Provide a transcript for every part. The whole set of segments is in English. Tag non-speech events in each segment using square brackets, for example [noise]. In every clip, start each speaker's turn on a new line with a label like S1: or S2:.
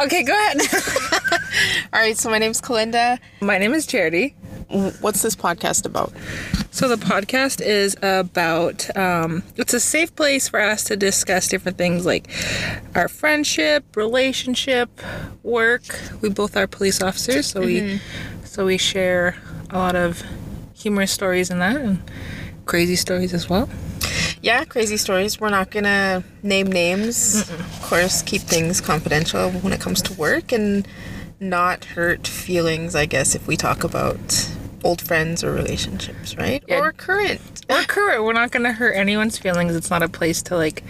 S1: Okay, go ahead. All right, so my name's Kalinda.
S2: [laughs] My name is Charity.
S1: What's this podcast about?
S2: So the podcast is about um, it's a safe place for us to discuss different things like our friendship, relationship, work. We both are police officers, so we so we share a lot of humorous stories in that and crazy stories as well.
S1: Yeah, crazy stories. We're not gonna name names. Of course, keep things confidential when it comes to work and not hurt feelings, I guess, if we talk about old friends or relationships, right?
S2: Yeah.
S1: Or current.
S2: Or current, we're not gonna hurt anyone's feelings. It's not a place to like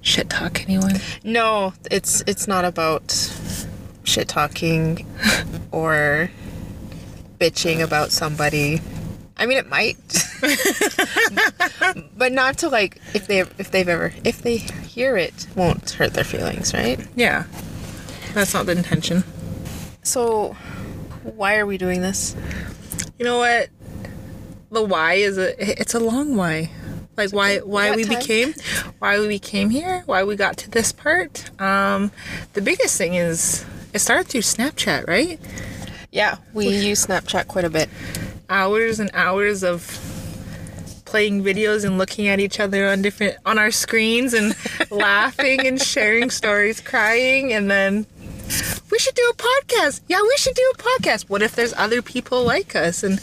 S2: shit talk anyone.
S1: No, it's it's not about shit [laughs] talking or bitching about somebody. I mean, it [laughs] might, but not to like if they if they've ever if they hear it won't hurt their feelings, right?
S2: Yeah, that's not the intention.
S1: So, why are we doing this?
S2: You know what? The why is a it's a long why. Like why why
S1: got
S2: we
S1: time.
S2: became why we became here, why we got to this part. Um the biggest thing is it started through Snapchat, right?
S1: Yeah, we use Snapchat quite a bit.
S2: Hours and hours of playing videos and looking at each other on different on our screens and laughing and sharing stories, crying and then we should do a podcast. Yeah, we should do a podcast. What if there's other people like us and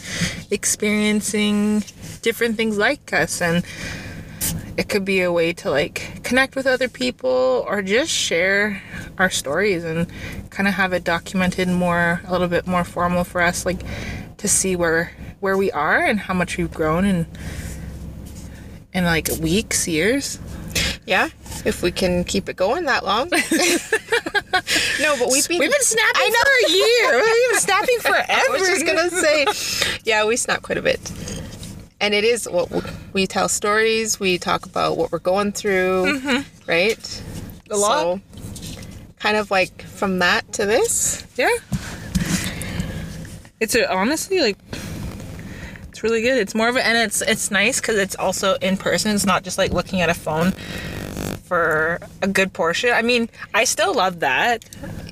S2: experiencing different things like us? And it could be a way to like connect with other people or just share our stories and kind of have it documented more, a little bit more formal for us, like to see where where we are and how much we've grown in in like weeks, years.
S1: Yeah, if we can keep it going that [laughs] long. no, but we've been
S2: We've been snapping for [laughs] a year. We've been snapping forever.
S1: [laughs] I was just gonna say, yeah, we snap quite a bit, and it is what we- we tell stories. We talk about what we're going through, right?
S2: Mm-hmm. A lot.
S1: kind of like from that to this.
S2: Yeah. It's a, honestly like it's really good. It's more of a and it's it's nice cuz it's also in person. It's not just like looking at a phone for a good portion. I mean, I still love that.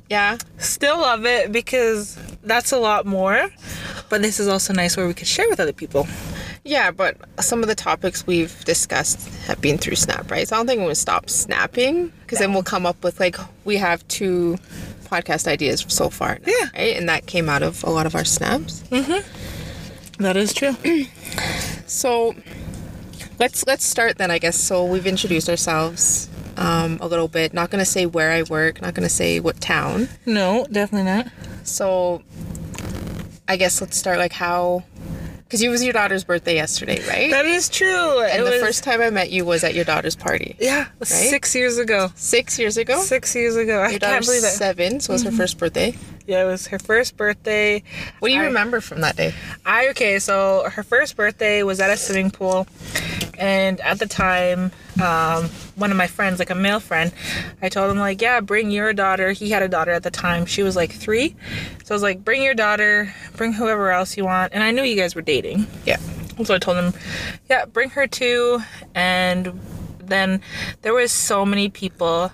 S1: Yeah,
S2: Still love it because that's a lot more. But this is also nice where we could share with other people.
S1: yeah, but some of the topics we've discussed have been through Snap, right? So I don't think we're gonna stop snapping because then we'll come up with like we have two podcast ideas so far. now,
S2: Yeah.
S1: right, and that came out of a lot of our snaps.
S2: That is true.
S1: So let's let's start then, I guess. So we've introduced ourselves um, a little bit. Not gonna say where I work. Not gonna say what town.
S2: [clears throat] No, definitely not.
S1: So I guess let's start like how, because it was your daughter's birthday yesterday, right?
S2: That is true.
S1: and
S2: it
S1: the
S2: was,
S1: first time I met you was at your daughter's party
S2: yeah, 6 years ago.
S1: six years ago.
S2: 6 years ago. I
S1: Your
S2: can't
S1: daughter's
S2: believe it. Mm-hmm.
S1: seven, so it was her first birthday.
S2: Yeah, it was her first birthday.
S1: What do you
S2: I-
S1: remember from that day?
S2: I okay, so her first birthday was at a swimming pool, and at the time, um, one of my friends, like a male friend, I told him like, yeah, bring your daughter. He had a daughter at the time; she was like three, so I was like, bring your daughter, bring whoever else you want, and I knew you guys were dating.
S1: Yeah.
S2: And So I told him, yeah, bring her too. And then there was so many people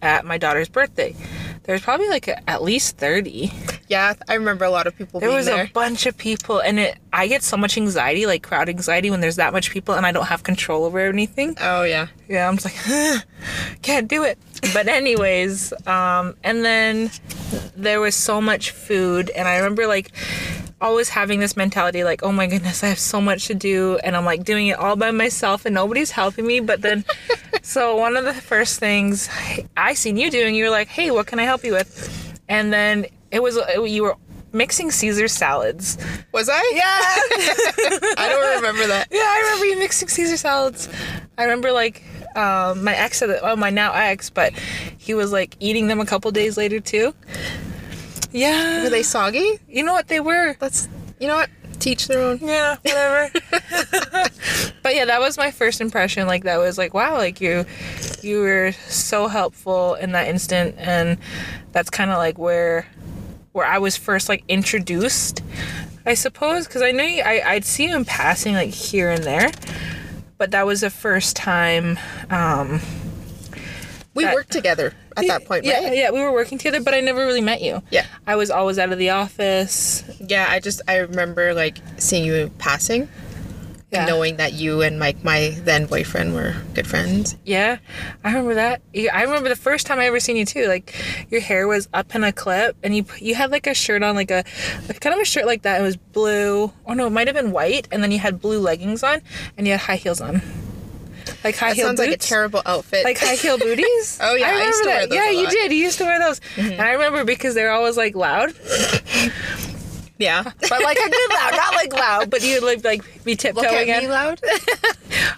S2: at my daughter's birthday. There's probably like a, at least 30.
S1: Yeah, I remember a lot of people
S2: There
S1: being
S2: was
S1: there.
S2: a bunch of people and it I get so much anxiety, like crowd anxiety when there's that much people and I don't have control over anything.
S1: oh yeah.
S2: Yeah, I'm just like, can't do it. But anyways, um and then there was so much food and I remember like always having this mentality like, oh my goodness, I have so much to do and I'm like doing it all by myself and nobody's helping me, but then so one of the first things I seen you doing, you were like, "Hey, what can I help you with?" And then it was you were mixing Caesar salads.
S1: Was I?
S2: Yeah.
S1: [laughs] I don't remember that.
S2: Yeah, I remember you mixing Caesar salads. I remember like um, my ex, at the- well, my now ex, but he was like eating them a couple days later too.
S1: Were
S2: Yeah,
S1: they soggy?
S2: you know what they were.
S1: That's you know what. Teach their own.
S2: Yeah, whatever. but yeah, that was my first impression. Like that was like, wow, like you, you were so helpful in that instant, and that's kind of like where, where I was first like introduced, I suppose, because I know you, I I'd see you in passing like here and there, but that was the first time. um
S1: We
S2: that-
S1: worked together at [laughs] that point,
S2: yeah,
S1: right?
S2: yeah, we were working together, but I never really met you.
S1: Yeah.
S2: I was always out of the office.
S1: Yeah, I just I remember like seeing you passing,
S2: Yeah.
S1: and knowing that you and like my then boyfriend were good friends.
S2: Yeah, I remember that. Yeah, I remember the first time I ever seen you too. Like, your hair was up in a clip, and you you had like a shirt on, like a like, kind of a shirt like that. It was blue. Oh no, it might have been white, and then you had blue leggings on, and you had high heels on, like high
S1: That
S2: heel
S1: sounds like a
S2: boots.
S1: terrible outfit.
S2: like
S1: [laughs]
S2: high heel booties.
S1: Oh, yeah, I used to wear
S2: that.
S1: those
S2: Yeah,
S1: a
S2: you
S1: lot. Mm-hmm.
S2: did. You used to wear those, and I remember because they were always like loud,
S1: yeah,
S2: but like a good loud, not like loud, [laughs] but you'd like like be
S1: look at
S2: tiptoeing.
S1: me
S2: in.
S1: loud.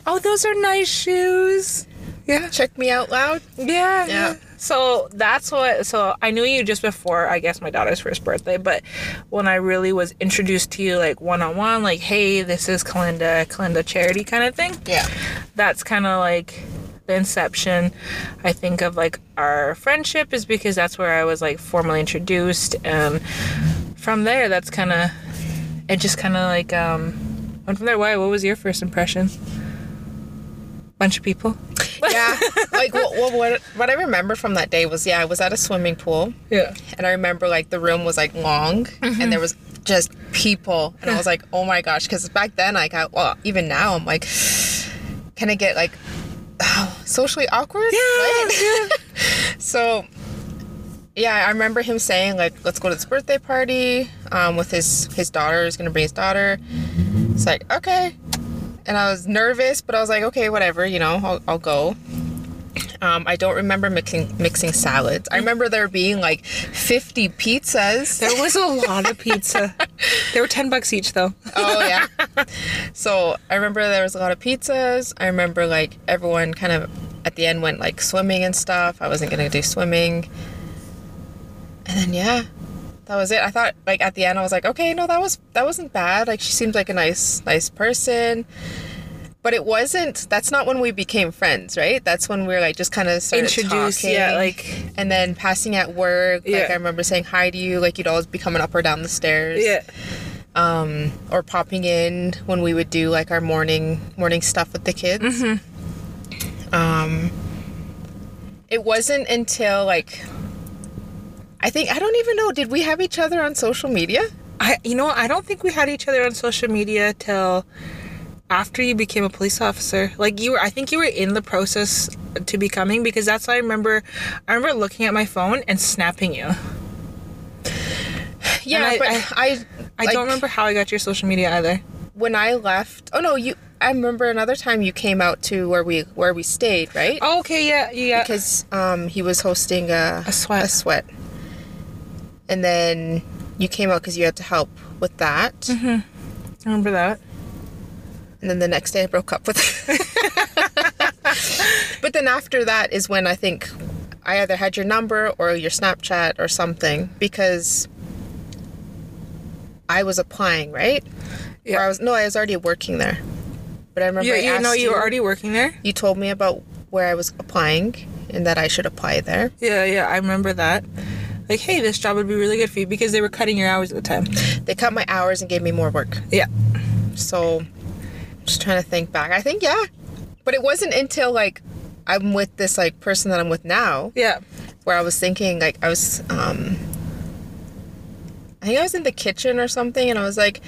S2: Oh, those are nice shoes. Yeah.
S1: [laughs] Check me out loud.
S2: Yeah.
S1: Yeah.
S2: So that's what. So I knew you just before, I guess, my daughter's first birthday. But when I really was introduced to you, like one on one, like, hey, this is Kalinda, Kalinda Charity kind of thing.
S1: Yeah,
S2: That's kind of like the inception, I think, of like our friendship is because that's where I was like formally introduced. And from there, that's kind of, it just kind of like, um, went from there. Why? What was your first impression? Bunch of people.
S1: yeah. like what, what what what I remember from that day was yeah I was at a swimming pool
S2: Yeah.
S1: and I remember like the room was like long and there was just people and I was like oh my gosh because back then like I well even now I'm like can I get like [sighs] socially awkward right? so yeah I remember him saying like let's go to this birthday party um, with his his daughter he's gonna bring his daughter it's like okay and I was nervous but I was like okay whatever you know I'll, I'll go um, I don't remember mixing mixing salads. I remember there being like 50 pizzas.
S2: There was a lot of pizza. they were ten bucks each [laughs] though.
S1: oh yeah. [laughs] So I remember there was a lot of pizzas. I remember like everyone kind of at the end went like swimming and stuff. I wasn't gonna do swimming. And then yeah, that was it. I thought like at the end I was like, okay, no, that was that wasn't bad. Like she seemed like a nice nice person. But it wasn't. That's not when we became friends, right? That's when we were like just kind of started
S2: Introduced,
S1: talking.
S2: yeah, like
S1: and then passing at work.
S2: Yeah.
S1: Like I remember saying hi to you. Like you'd always be coming up or down the stairs.
S2: yeah,
S1: um, or popping in when we would do like our morning morning stuff with the kids.
S2: Mm-hmm.
S1: Um, it wasn't until like I think I don't even know. Did we have each other on social media?
S2: I you know what? I don't think we had each other on social media till after you became a police officer. Like you were, I think you were in the process to becoming because that's what I remember. I remember looking at my phone and snapping you.
S1: Yeah,
S2: I-
S1: but
S2: I-
S1: I
S2: I
S1: like,
S2: don't remember how I got your social media either.
S1: when I left. Oh no, you. I remember another time you came out to where we where we stayed, right?
S2: Oh, okay, yeah, yeah.
S1: Because um, he was hosting a
S2: A sweat.
S1: a sweat, and then you came out because you had to help with that.
S2: Mm-hmm. I remember that.
S1: And then the next day I broke up with her. [laughs] but then after that is when I think I either had your number or your Snapchat or something because I was applying, right? Or
S2: Yeah.
S1: I was no, I was already working there. But I remember
S2: Yeah,
S1: I
S2: you
S1: asked
S2: know, you
S1: you
S2: were already working there.
S1: you told me about where I was applying and that I should apply there.
S2: Yeah, yeah, I remember that. Like, hey, this job would be really good for you because they were cutting your hours at the time.
S1: They cut my hours and gave me more work.
S2: Yeah.
S1: So just trying to think back. I think yeah. But it wasn't until like I'm with this like person that I'm with now
S2: Yeah.
S1: where I was thinking like I was um I think I was in the kitchen or something and I was like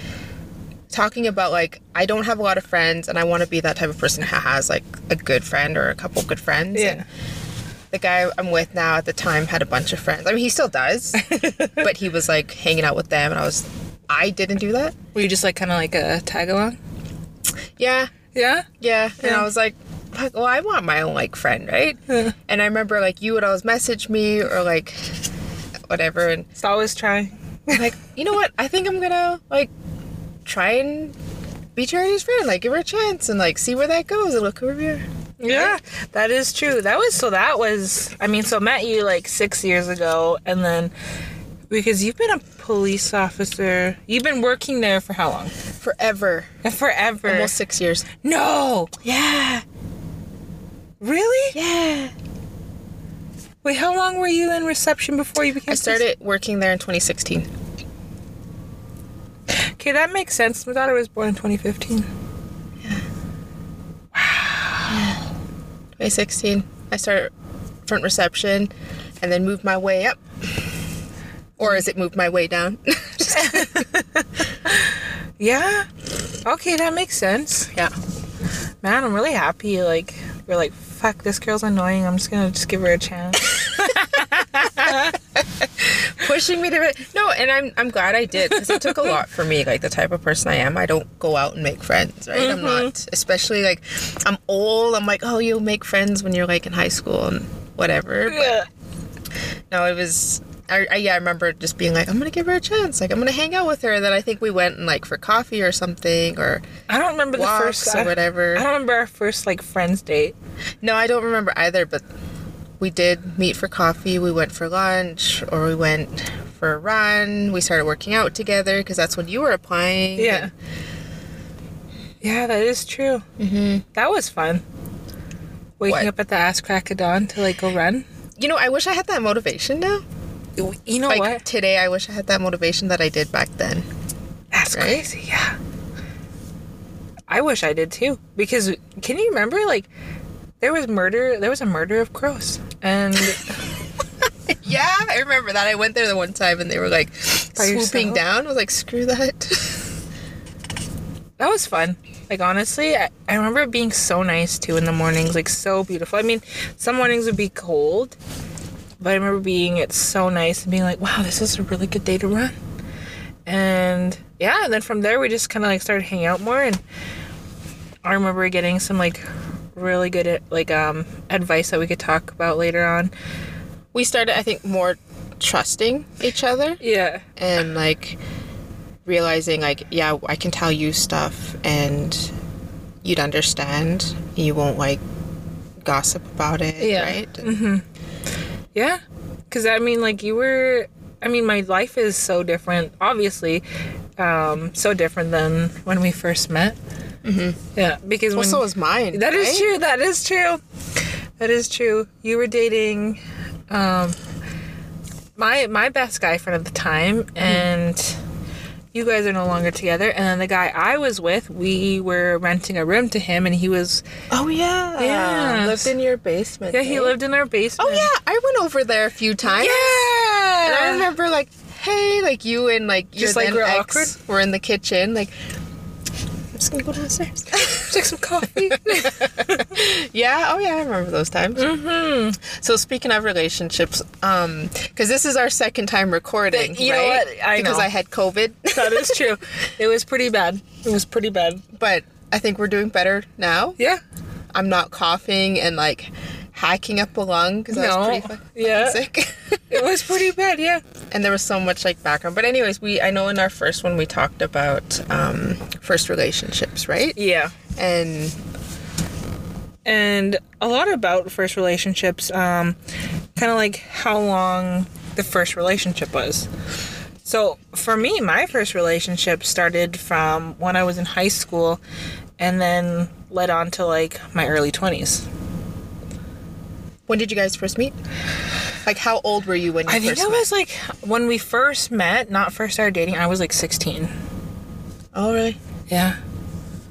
S1: talking about like I don't have a lot of friends and I want to be that type of person who has like a good friend or a couple good friends.
S2: Yeah.
S1: And the guy I'm with now at the time had a bunch of friends. I mean he still does. but he was like hanging out with them and I was I didn't do that.
S2: Were you just like kind of like a tag along?
S1: Yeah.
S2: Yeah.
S1: Yeah. And I was like, "Fuck, well, I want my own like friend, right?
S2: Yeah.
S1: And I remember like you would always message me or like whatever and
S2: It's always trying.
S1: I'm like, you know what? I think I'm gonna like try and be Charity's friend, like give her a chance and like see where that goes. And look over here.
S2: Yeah, that is true. That was so. That was. I mean, so met you like six years ago, and then because you've been a police officer, you've been working there for how long?
S1: Forever,
S2: Forever.
S1: almost six years.
S2: No.
S1: Yeah,
S2: Really?
S1: yeah.
S2: Wait, how long were you in reception before you became?
S1: I started working there in 2016.
S2: Okay, that makes sense. My daughter was born in 2015.
S1: 2016. I started front reception and then moved my way up. Or is it moved my way down?
S2: Yeah. Okay, that makes sense.
S1: [laughs] yeah.
S2: Man, I'm really happy. Like, we're like, fuck, this girl's annoying. I'm just gonna just give her a
S1: [laughs]
S2: chance.
S1: Pushing me to No, and I'm I'm glad I did cuz it took
S2: [laughs]
S1: a lot for me like the type of person I am. I don't go out and make friends, right? I'm
S2: Mm-hmm.
S1: not especially like I'm old. I'm like, "Oh, you'll make friends when you're like in high school and whatever." But
S2: yeah.
S1: No, it was. I, I yeah, I remember just being like, I'm gonna give her a chance. Like, I'm gonna hang out with her. And then I think we went and like for coffee or something or
S2: I don't remember the
S1: walks
S2: first
S1: or
S2: I,
S1: whatever.
S2: I don't remember our first like friends date.
S1: no, I don't remember either. But we did meet for coffee. We went for lunch or we went for a run. We started working out together because that's when you were applying.
S2: Yeah. Yeah, that is true. Mm-hmm. That was fun. Waking
S1: What?
S2: up at the ass crack of dawn to like go run.
S1: You know, I wish I had that motivation now.
S2: You know
S1: Like
S2: Oh, what?
S1: today, I wish I had that motivation that I did back then.
S2: That's
S1: right?
S2: crazy. Yeah. I wish I did too. Because can you remember like there was murder there was a murder of crows. And
S1: Yeah, I remember that. I went there the one time and they were like
S2: By
S1: swooping
S2: yourself?
S1: down. I was like, screw that. [laughs]
S2: that was fun. Like honestly, I, I remember it being so nice too in the mornings, like so beautiful. I mean, some mornings would be cold, but I remember being it's so nice and being like, wow, this is a really good day to run. And yeah, and then from there we just kind of like started hanging out more, and I remember getting some like really good like um advice that we could talk about later on.
S1: we started i think more trusting each other
S2: Yeah.
S1: and like realizing like yeah i can tell you stuff and you'd understand you won't like gossip about it
S2: Yeah. Mm-hmm.
S1: right
S2: Yeah. Cause I mean like you were I mean my life is so different, obviously. Um, so different than when we first met. Mm-hmm. Yeah. Because
S1: well
S2: when
S1: so is mine
S2: that is
S1: right?
S2: true, that is true. That is true. You were dating um my my best guy friend at the time
S1: Mm-hmm.
S2: and you guys are no longer together and then the guy I was with, we were renting a room to him and he was
S1: oh yeah
S2: Yes.
S1: lived in your basement
S2: yeah, he
S1: eh?
S2: lived in our basement.
S1: oh yeah i went over there a few times
S2: Yeah. [laughs]
S1: and i remember like hey like you and like your
S2: Just, like,
S1: then
S2: we're
S1: ex were in the kitchen like i'm just gonna go to the stairs
S2: take some coffee.
S1: Yeah, oh yeah, I remember those times. Mm-hmm. So speaking of relationships, um, because this is our second time recording,
S2: But you know
S1: right?
S2: what? I
S1: because
S2: know.
S1: I had COVID, [laughs]
S2: that is true. It was pretty bad. It was pretty bad.
S1: but I think we're doing better now.
S2: Yeah.
S1: I'm not coughing and like hacking up a lung because I was
S2: No.
S1: pretty fu- fucking
S2: Yeah.
S1: sick. [laughs]
S2: It was pretty bad, yeah.
S1: and there was so much like background. But anyways, we I know in our first one we talked about um, first relationships, right?
S2: Yeah.
S1: And
S2: And a lot about first relationships, um, kind of like how long the first relationship was. So for me, my first relationship started from when I was in high school and then led on to like my early 20s.
S1: when did you guys first meet? Like how old were you when you
S2: I
S1: first
S2: think I
S1: met?
S2: was like, when we first met, not first started dating, I was like 16.
S1: Oh really?
S2: Yeah.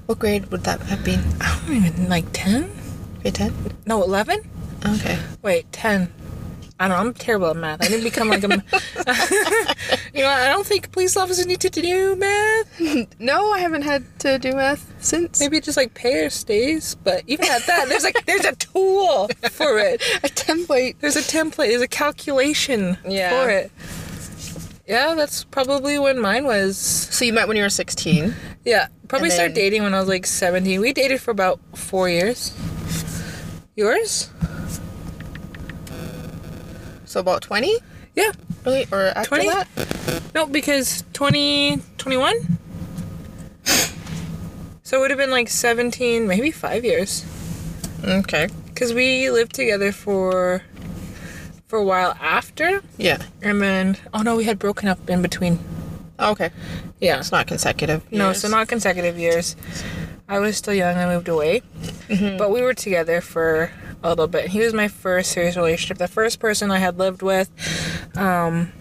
S1: What grade would that have been?
S2: I don't even, like 10?
S1: Grade ten?
S2: No, 11?
S1: Okay.
S2: Wait, 10. I don't know, I'm terrible at math. I didn't become like a. [laughs] you know, I don't think police officers need to do math.
S1: No, I haven't had to do math since. [laughs]
S2: Maybe just like pay or stays. But even at that, there's like, there's a tool for it.
S1: a template.
S2: There's a template, there's a calculation
S1: Yeah.
S2: for it. Yeah, that's probably when mine was.
S1: So you met when you were 16.
S2: Yeah, probably
S1: And
S2: started
S1: then-
S2: dating when I was like 17. We dated for about four years. Yours?
S1: So about 20?
S2: Yeah.
S1: Really? Or after
S2: 20?
S1: that?
S2: No, because 2021? so it would have been like 17, maybe five years.
S1: Okay.
S2: Because we lived together for for a while after.
S1: Yeah.
S2: And then, oh no, we had broken up in between.
S1: Okay.
S2: Yeah.
S1: It's not consecutive.
S2: No,
S1: years.
S2: so not consecutive years. I was still young. I moved away. But we were together for a little bit. He was my first serious relationship, the first person I had lived with. Um,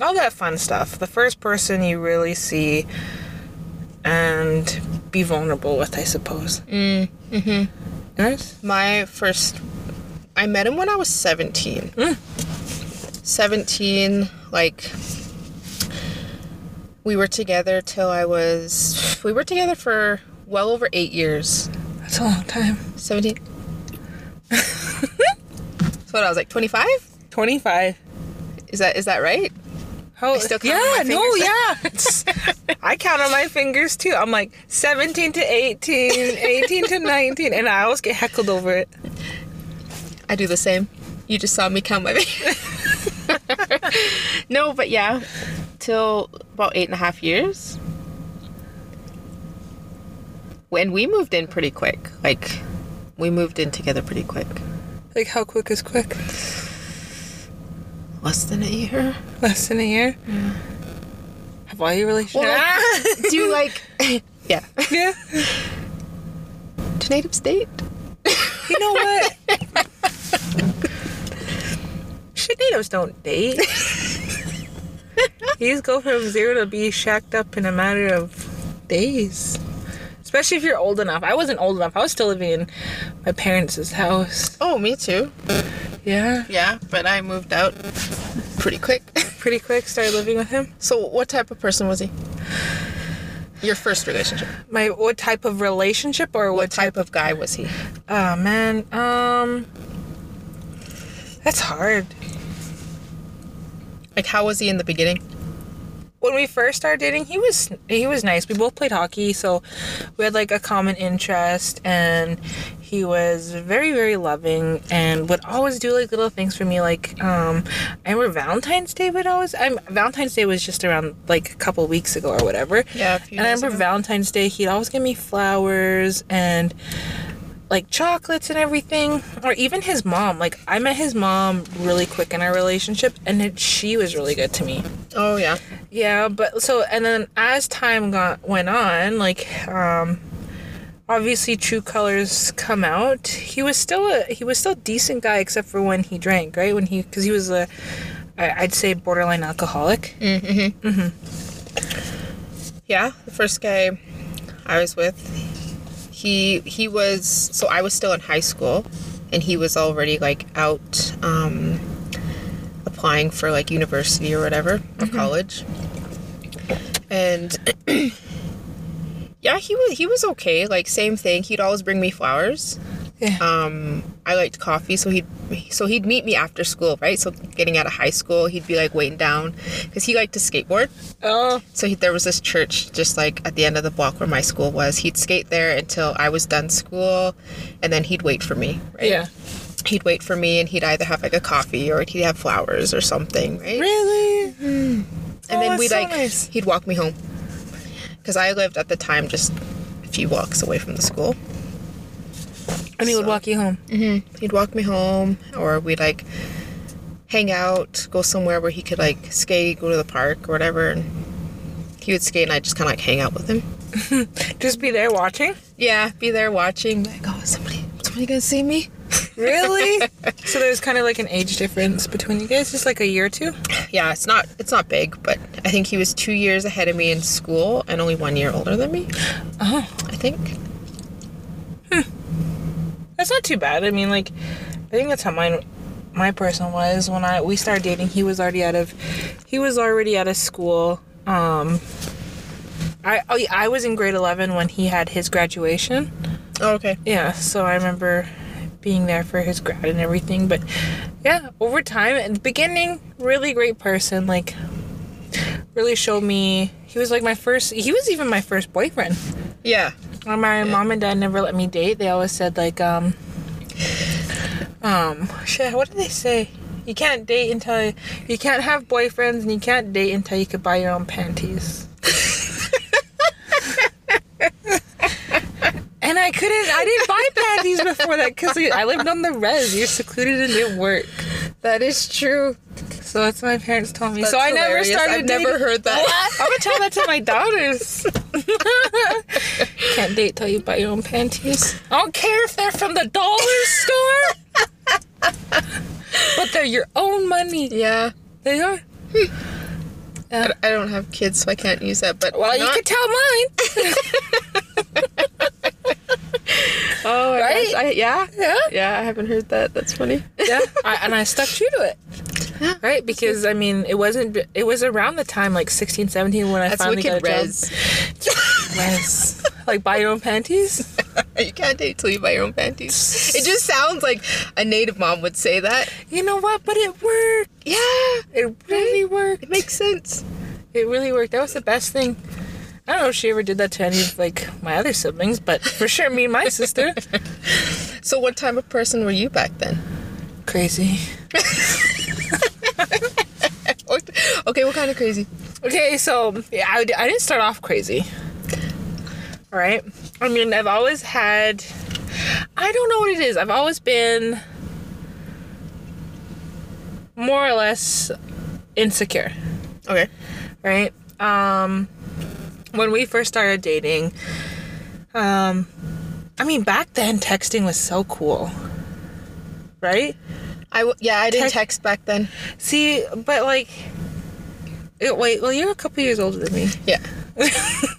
S2: all that fun stuff. The first person you really see and be vulnerable with, I suppose. Mm. Mm-hmm. Yes?
S1: My first. I met him when I was 17.
S2: Mm.
S1: 17, like, we were together till I was. We were together for well over eight years.
S2: That's a long time.
S1: 17.
S2: [laughs]
S1: so what, I was like 25?
S2: 25.
S1: Is that is that right?
S2: How,
S1: I still count
S2: yeah,
S1: on my
S2: no,
S1: [laughs]
S2: yeah. [laughs] I count on my fingers too. I'm like 17 to 18,
S1: [laughs]
S2: 18 to 19, and I always get heckled over it.
S1: I do the same. You just saw me count my fingers. no, but yeah, till about eight and a half years. When we moved in pretty quick, like we moved in together pretty quick,
S2: Like, how quick is quick?
S1: less than a year.
S2: Less than a year? Have all your relationships?
S1: Mm. Well,
S2: [laughs]
S1: Do you like? [laughs] yeah,
S2: yeah.
S1: [laughs] to native state.
S2: You know [laughs] what? Shit, natives don't date. These go from zero to be shacked up in a matter of days. Especially if you're old enough. I wasn't old enough. I was still living in my parents' house.
S1: Oh, me too.
S2: Yeah.
S1: Yeah, but I moved out pretty quick. [laughs]
S2: Pretty quick, started living with him.
S1: so, what type of person was he? Your first relationship.
S2: My what type of relationship or
S1: What
S2: what
S1: type of guy was he?
S2: Oh man, um That's hard.
S1: Like, how was he in the beginning?
S2: when we first started dating, he was he was nice. We both played hockey, so we had like a common interest, and he was very very loving and would always do like little things for me. Like um, I remember Valentine's Day would always. I'm Valentine's Day was just around like a couple weeks ago or whatever.
S1: Yeah, a few
S2: and I
S1: days
S2: remember
S1: ago.
S2: Valentine's Day, he'd always give me flowers and like chocolates and everything or even his mom like i met his mom really quick in our relationship and it, she was really good to me
S1: Oh yeah.
S2: yeah, but so and then as time got went on, like um obviously true colors come out. He was still a he was still a decent guy except for when he drank, right? When he cuz he was a I, I'd say borderline alcoholic.
S1: Yeah, the first guy I was with, he he was so I was still in high school, and he was already like out um, applying for like university or whatever or college, and [clears throat] yeah, he was he was okay. Like same thing, he'd always bring me flowers.
S2: Yeah.
S1: Um, I liked coffee, so he'd so he'd meet me after school, right? So getting out of high school, he'd be like waiting down because he liked to skateboard.
S2: oh,
S1: So he, there was this church just like at the end of the block where my school was. He'd skate there until I was done school, and then he'd wait for me. Right?
S2: yeah.
S1: He'd wait for me, and he'd either have like a coffee or he'd have flowers or something. Right.
S2: Really?
S1: And
S2: Oh,
S1: then
S2: that's
S1: we
S2: so
S1: like
S2: nice.
S1: he'd walk me home because I lived at the time just a few blocks away from the school.
S2: And he would walk you home.
S1: He'd walk me home, or we'd like hang out, go somewhere where he could like skate, go to the park or whatever. And he would skate, and I would just kind of like hang out with him.
S2: Just be there watching?
S1: Yeah, be there watching. Like, oh, is somebody, somebody gonna see me?
S2: Really? [laughs] so there's kind of like an age difference between you guys, just like a year or two?
S1: Yeah, it's not, it's not big, but I think he was two years ahead of me in school and only one year older than me.
S2: Oh.
S1: I think.
S2: That's not too bad. I mean, like, I think that's how mine, my person was when I we started dating. He was already out of, he was already out of school. Um, I I- I was in grade eleven when he had his graduation.
S1: Oh, okay.
S2: Yeah, so I remember being there for his grad and everything. But yeah, over time, at the beginning, really great person. Like, really showed me. He was like my first. He was even my first boyfriend.
S1: Yeah.
S2: Well, my mom and dad never let me date. They always said like, um, um, shit. What did they say? You can't date until you, can't have boyfriends, and you can't date until you could buy your own panties. [laughs] and I couldn't. I didn't buy panties before that because I lived on the res. You're secluded and didn't work.
S1: That is true.
S2: So that's what my parents told me. so
S1: That's
S2: I never
S1: hilarious.
S2: started.
S1: I've never
S2: dating-
S1: heard that. [laughs]
S2: What? I'm gonna tell that to my daughters. [laughs] Can't date till you buy your own panties. I don't care if they're from the dollar store, but they're your own money.
S1: Yeah.
S2: They are.
S1: I- I don't have kids, so I can't use that. But
S2: Well, you
S1: not-
S2: could tell mine.
S1: Oh, I
S2: Right?
S1: guess I, yeah.
S2: [laughs] Yeah.
S1: Yeah, I haven't heard that. That's funny.
S2: yeah [laughs] I, and i stuck true to it right because i mean it wasn't it was around the time like 16 17 when i
S1: That's
S2: finally
S1: wicked
S2: got a
S1: res.
S2: [laughs] job res. like buy your own panties
S1: [laughs] you can't date till you buy your own panties. It just sounds like a native mom would say that.
S2: you know what but it worked
S1: Yeah,
S2: it really worked
S1: it makes sense.
S2: it really worked that was the best thing I don't know if she ever did that to any of like my other siblings, but for sure me and my sister.
S1: So, what type of person were you back then?
S2: Crazy.
S1: What- Oh, Okay, what kind of crazy?
S2: Okay, so yeah, I, I didn't start off crazy. All right. I mean, I've always had. I don't know what it is. I've always been more or less insecure,
S1: Okay.
S2: right? Um, when we first started dating, um, I mean, back then texting was so cool, right?
S1: I w- yeah, I didn't
S2: Tec-
S1: text back then.
S2: See, but like, it, wait, well, you're a couple years older than me. [laughs]
S1: Yeah.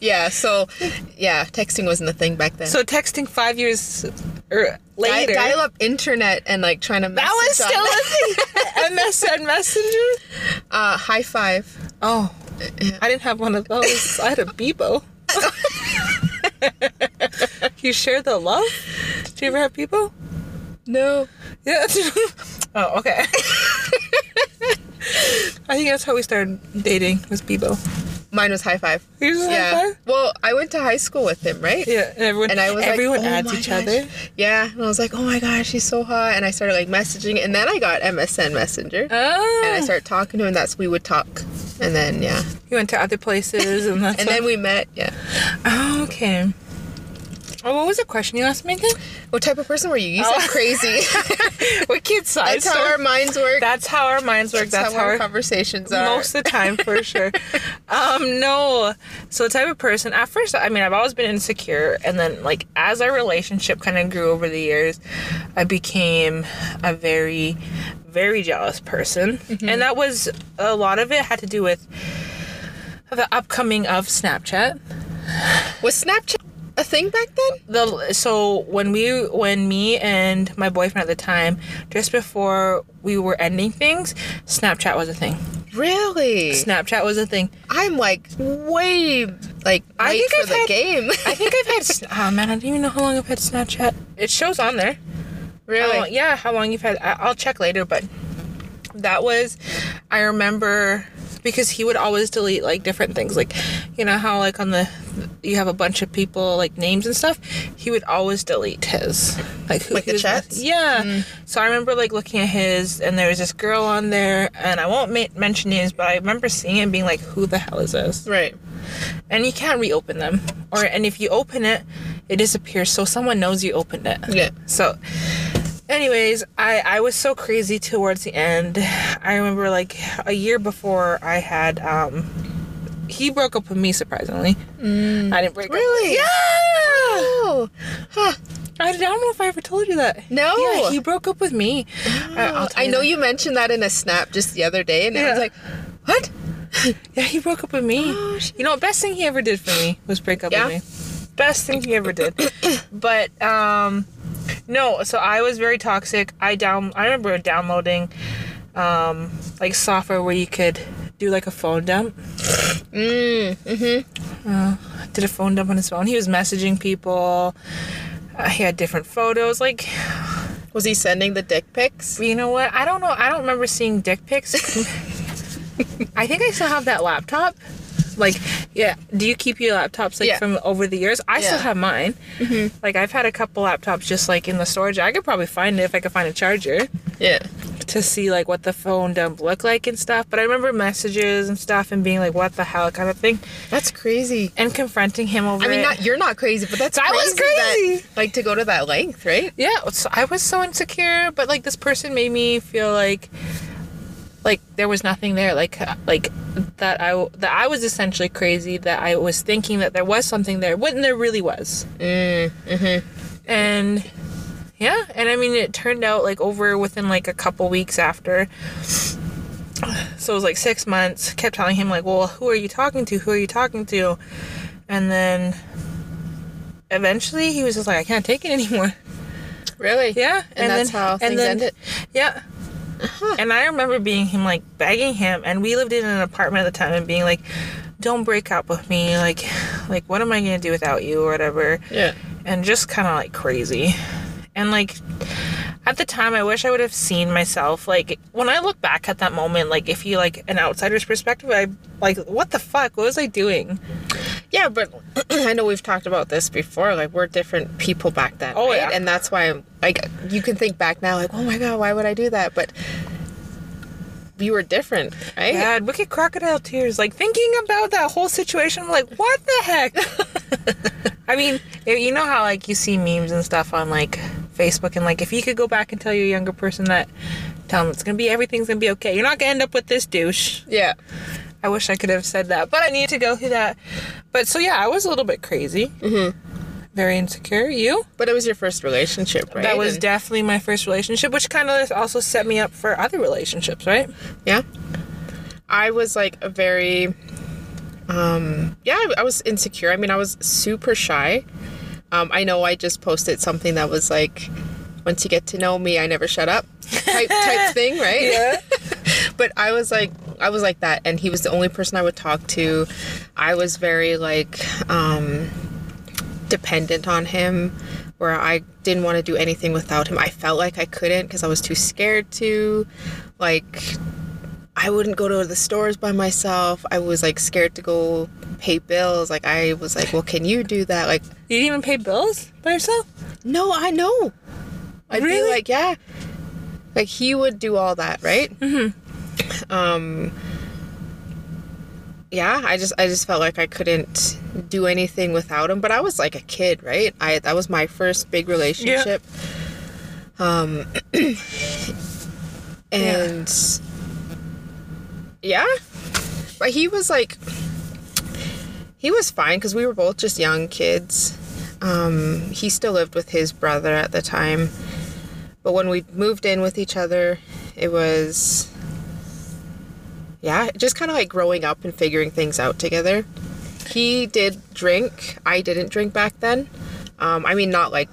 S1: yeah, so yeah, texting wasn't a thing back then.
S2: So texting five years or
S1: Di-
S2: later.
S1: dial up internet and like trying to
S2: that was
S1: message on-
S2: still [laughs] a thing. MSN Messenger.
S1: [laughs] uh high five.
S2: Oh, I didn't have one of those. I had a
S1: [laughs]
S2: Bebo. [laughs] you share the love? Do you ever have Bebo?
S1: No.
S2: Yeah. oh, okay. [laughs] I think that's how we started dating was Bebo.
S1: Mine was high five.
S2: You just
S1: yeah.
S2: yeah.
S1: Well, I went to high school with him, right?
S2: yeah, and everyone
S1: And I was
S2: everyone
S1: like, oh
S2: adds
S1: my
S2: each
S1: gosh.
S2: other.
S1: Yeah, and I was like, oh my gosh, he's so hot. And I started like messaging, and then I got MSN Messenger,
S2: Oh,
S1: and I started talking to him. That's we would talk, and then yeah,
S2: you went to other places and that's
S1: and then we met. Yeah.
S2: Oh, okay. Oh, what was the question you asked me again?
S1: What type of person were you? You
S2: Oh. [laughs]
S1: said crazy.
S2: We're kids, so
S1: That's how our minds work.
S2: that's how our minds work. That's, how,
S1: our,
S2: our,
S1: conversations are.
S2: most of the time, for sure. Um, no, so the type of person. At first, I mean, I've always been insecure, and then like as our relationship kind of grew over the years, I became a very, very jealous person, and that was a lot of it had to do with the upcoming of Snapchat.
S1: was Snapchat a thing back then?
S2: the so when we when me and my boyfriend at the time just before we were ending things snapchat was a thing
S1: Really?
S2: snapchat was a thing
S1: I'm like way like
S2: I
S1: late
S2: think
S1: for
S2: I've
S1: the
S2: had-
S1: game. [laughs]
S2: i think i've had Sna- oh man i don't even know how long i've had snapchat it shows on there
S1: really?
S2: Oh, yeah, how long you've had. I- I'll check later, but that was, I remember because he would always delete like different things. Like, you know how like on the, you have a bunch of people, like names and stuff. He would always delete his. Like, Mm. who
S1: Like
S2: he
S1: the
S2: was
S1: chats?
S2: with. Yeah. So I remember like looking at his and there was this girl on there and I won't ma- mention names, but I remember seeing it and being like, who the hell is this?
S1: Right.
S2: And you can't reopen them. Or, and if you open it, it disappears. So someone knows you opened it.
S1: Yeah.
S2: So, anyways, I I was so crazy towards the end. I remember like a year before I had um he broke up with me surprisingly. I didn't break
S1: Mm. Really?
S2: up. Yeah.
S1: Oh. Huh.
S2: I don't know if I ever told you that.
S1: No. Oh,
S2: Yeah, he broke up with me. I, I'll tell
S1: I know
S2: that.
S1: you mentioned that in a snap just the other day, and I
S2: Yeah.
S1: was like, "What?
S2: Yeah, he broke up with me.
S1: Oh, shit.
S2: You know, best thing he ever did for me was break up
S1: Yeah?
S2: with me. Best thing he ever
S1: [coughs]
S2: did. but um no, so I was very toxic. I down I remember downloading um like software where you could do like a phone dump. Uh,
S1: Mm, mm-hmm.
S2: Did a phone dump on his phone. He was messaging people. Uh, he had different photos. Like,
S1: Was he sending the dick pics?
S2: you know what? I don't know. I don't remember seeing dick pics. [laughs] I think I still have that laptop. Like, yeah. Do you keep your laptops like
S1: Yeah.
S2: from over the years? I still
S1: Yeah. Mm-hmm.
S2: have mine. Like, I've had a couple laptops just like in the storage. I could probably find it if I could find a charger
S1: Yeah.
S2: to see like what the phone dump looked like and stuff. But I remember messages and stuff and being like, "What the hell?" kind of thing,
S1: That's crazy.
S2: and confronting him over.
S1: I mean,
S2: it.
S1: not you're not crazy, but that's
S2: I was
S1: that-
S2: crazy.
S1: like to go to that length, right?
S2: yeah so i was so insecure but like this person made me feel like like there was nothing there like uh, like that i w- that i was essentially crazy that i was thinking that there was something there when there really was mm-hmm. and yeah and i mean it turned out like over within like a couple weeks after so it was like six months kept telling him like well who are you talking to who are you talking to and then eventually he was just like, I can't take it anymore.
S1: Really?
S2: Yeah,
S1: And, that's how things ended.
S2: Yeah. And I remember being him like begging him, and we lived in an apartment at the time, and being like, "Don't break up with me, like, like what am I gonna do without you, or whatever."
S1: Yeah.
S2: and just kind of like crazy. And like at the time I wish I would have seen myself like when I look back at that moment like if you like an outsider's perspective I like what the fuck what was I doing?
S1: Yeah, but [clears throat] I know we've talked about this before. Like we're different people back then,
S2: Oh,
S1: right?
S2: yeah.
S1: And that's why, I'm, like, you can think back now, like, oh my god, why would I do that? But you were different, right?
S2: God, wicked crocodile tears like thinking about that whole situation I'm like what the heck? [laughs] I mean, if- you know how like you see memes and stuff on like Facebook and like if you could go back and tell your younger person that tell them it's going to be everything's going to be okay. You're not going to end up with this douche.
S1: Yeah.
S2: I wish I could have said that, but I needed to go through that. But so yeah, I was a little bit crazy, mm-hmm. very insecure. You?
S1: But it was your first relationship, right?
S2: That was
S1: And-
S2: definitely my first relationship, which kind of also set me up for other relationships, right?
S1: yeah. I was like a very, um, yeah, I, I was insecure. I mean, I was super shy. Um, I know I just posted something that was like, once you get to know me, I never shut up type, type thing, right? [laughs] but I was like, I was like that, and he was the only person I would talk to. I was very like um, dependent on him, where I didn't want to do anything without him. I felt like I couldn't because I was too scared to, like. I wouldn't go to the stores by myself. I was like scared to go pay bills. Like I was like, "Well, can you do that?" Like,
S2: You didn't even pay bills by yourself.
S1: no, I know. I'd
S2: Really?
S1: be like, yeah. Like he would do all that, right? Mm-hmm. Um Yeah, I just I just felt like I couldn't do anything without him. But I was like a kid, right? I that was my first big relationship. Um and yeah. But he was like he was fine because we were both just young kids. Um, he still lived with his brother at the time. But when we moved in with each other, it was, yeah, just kind of like growing up and figuring things out together. He did drink. I didn't drink back then. Um, I mean, not like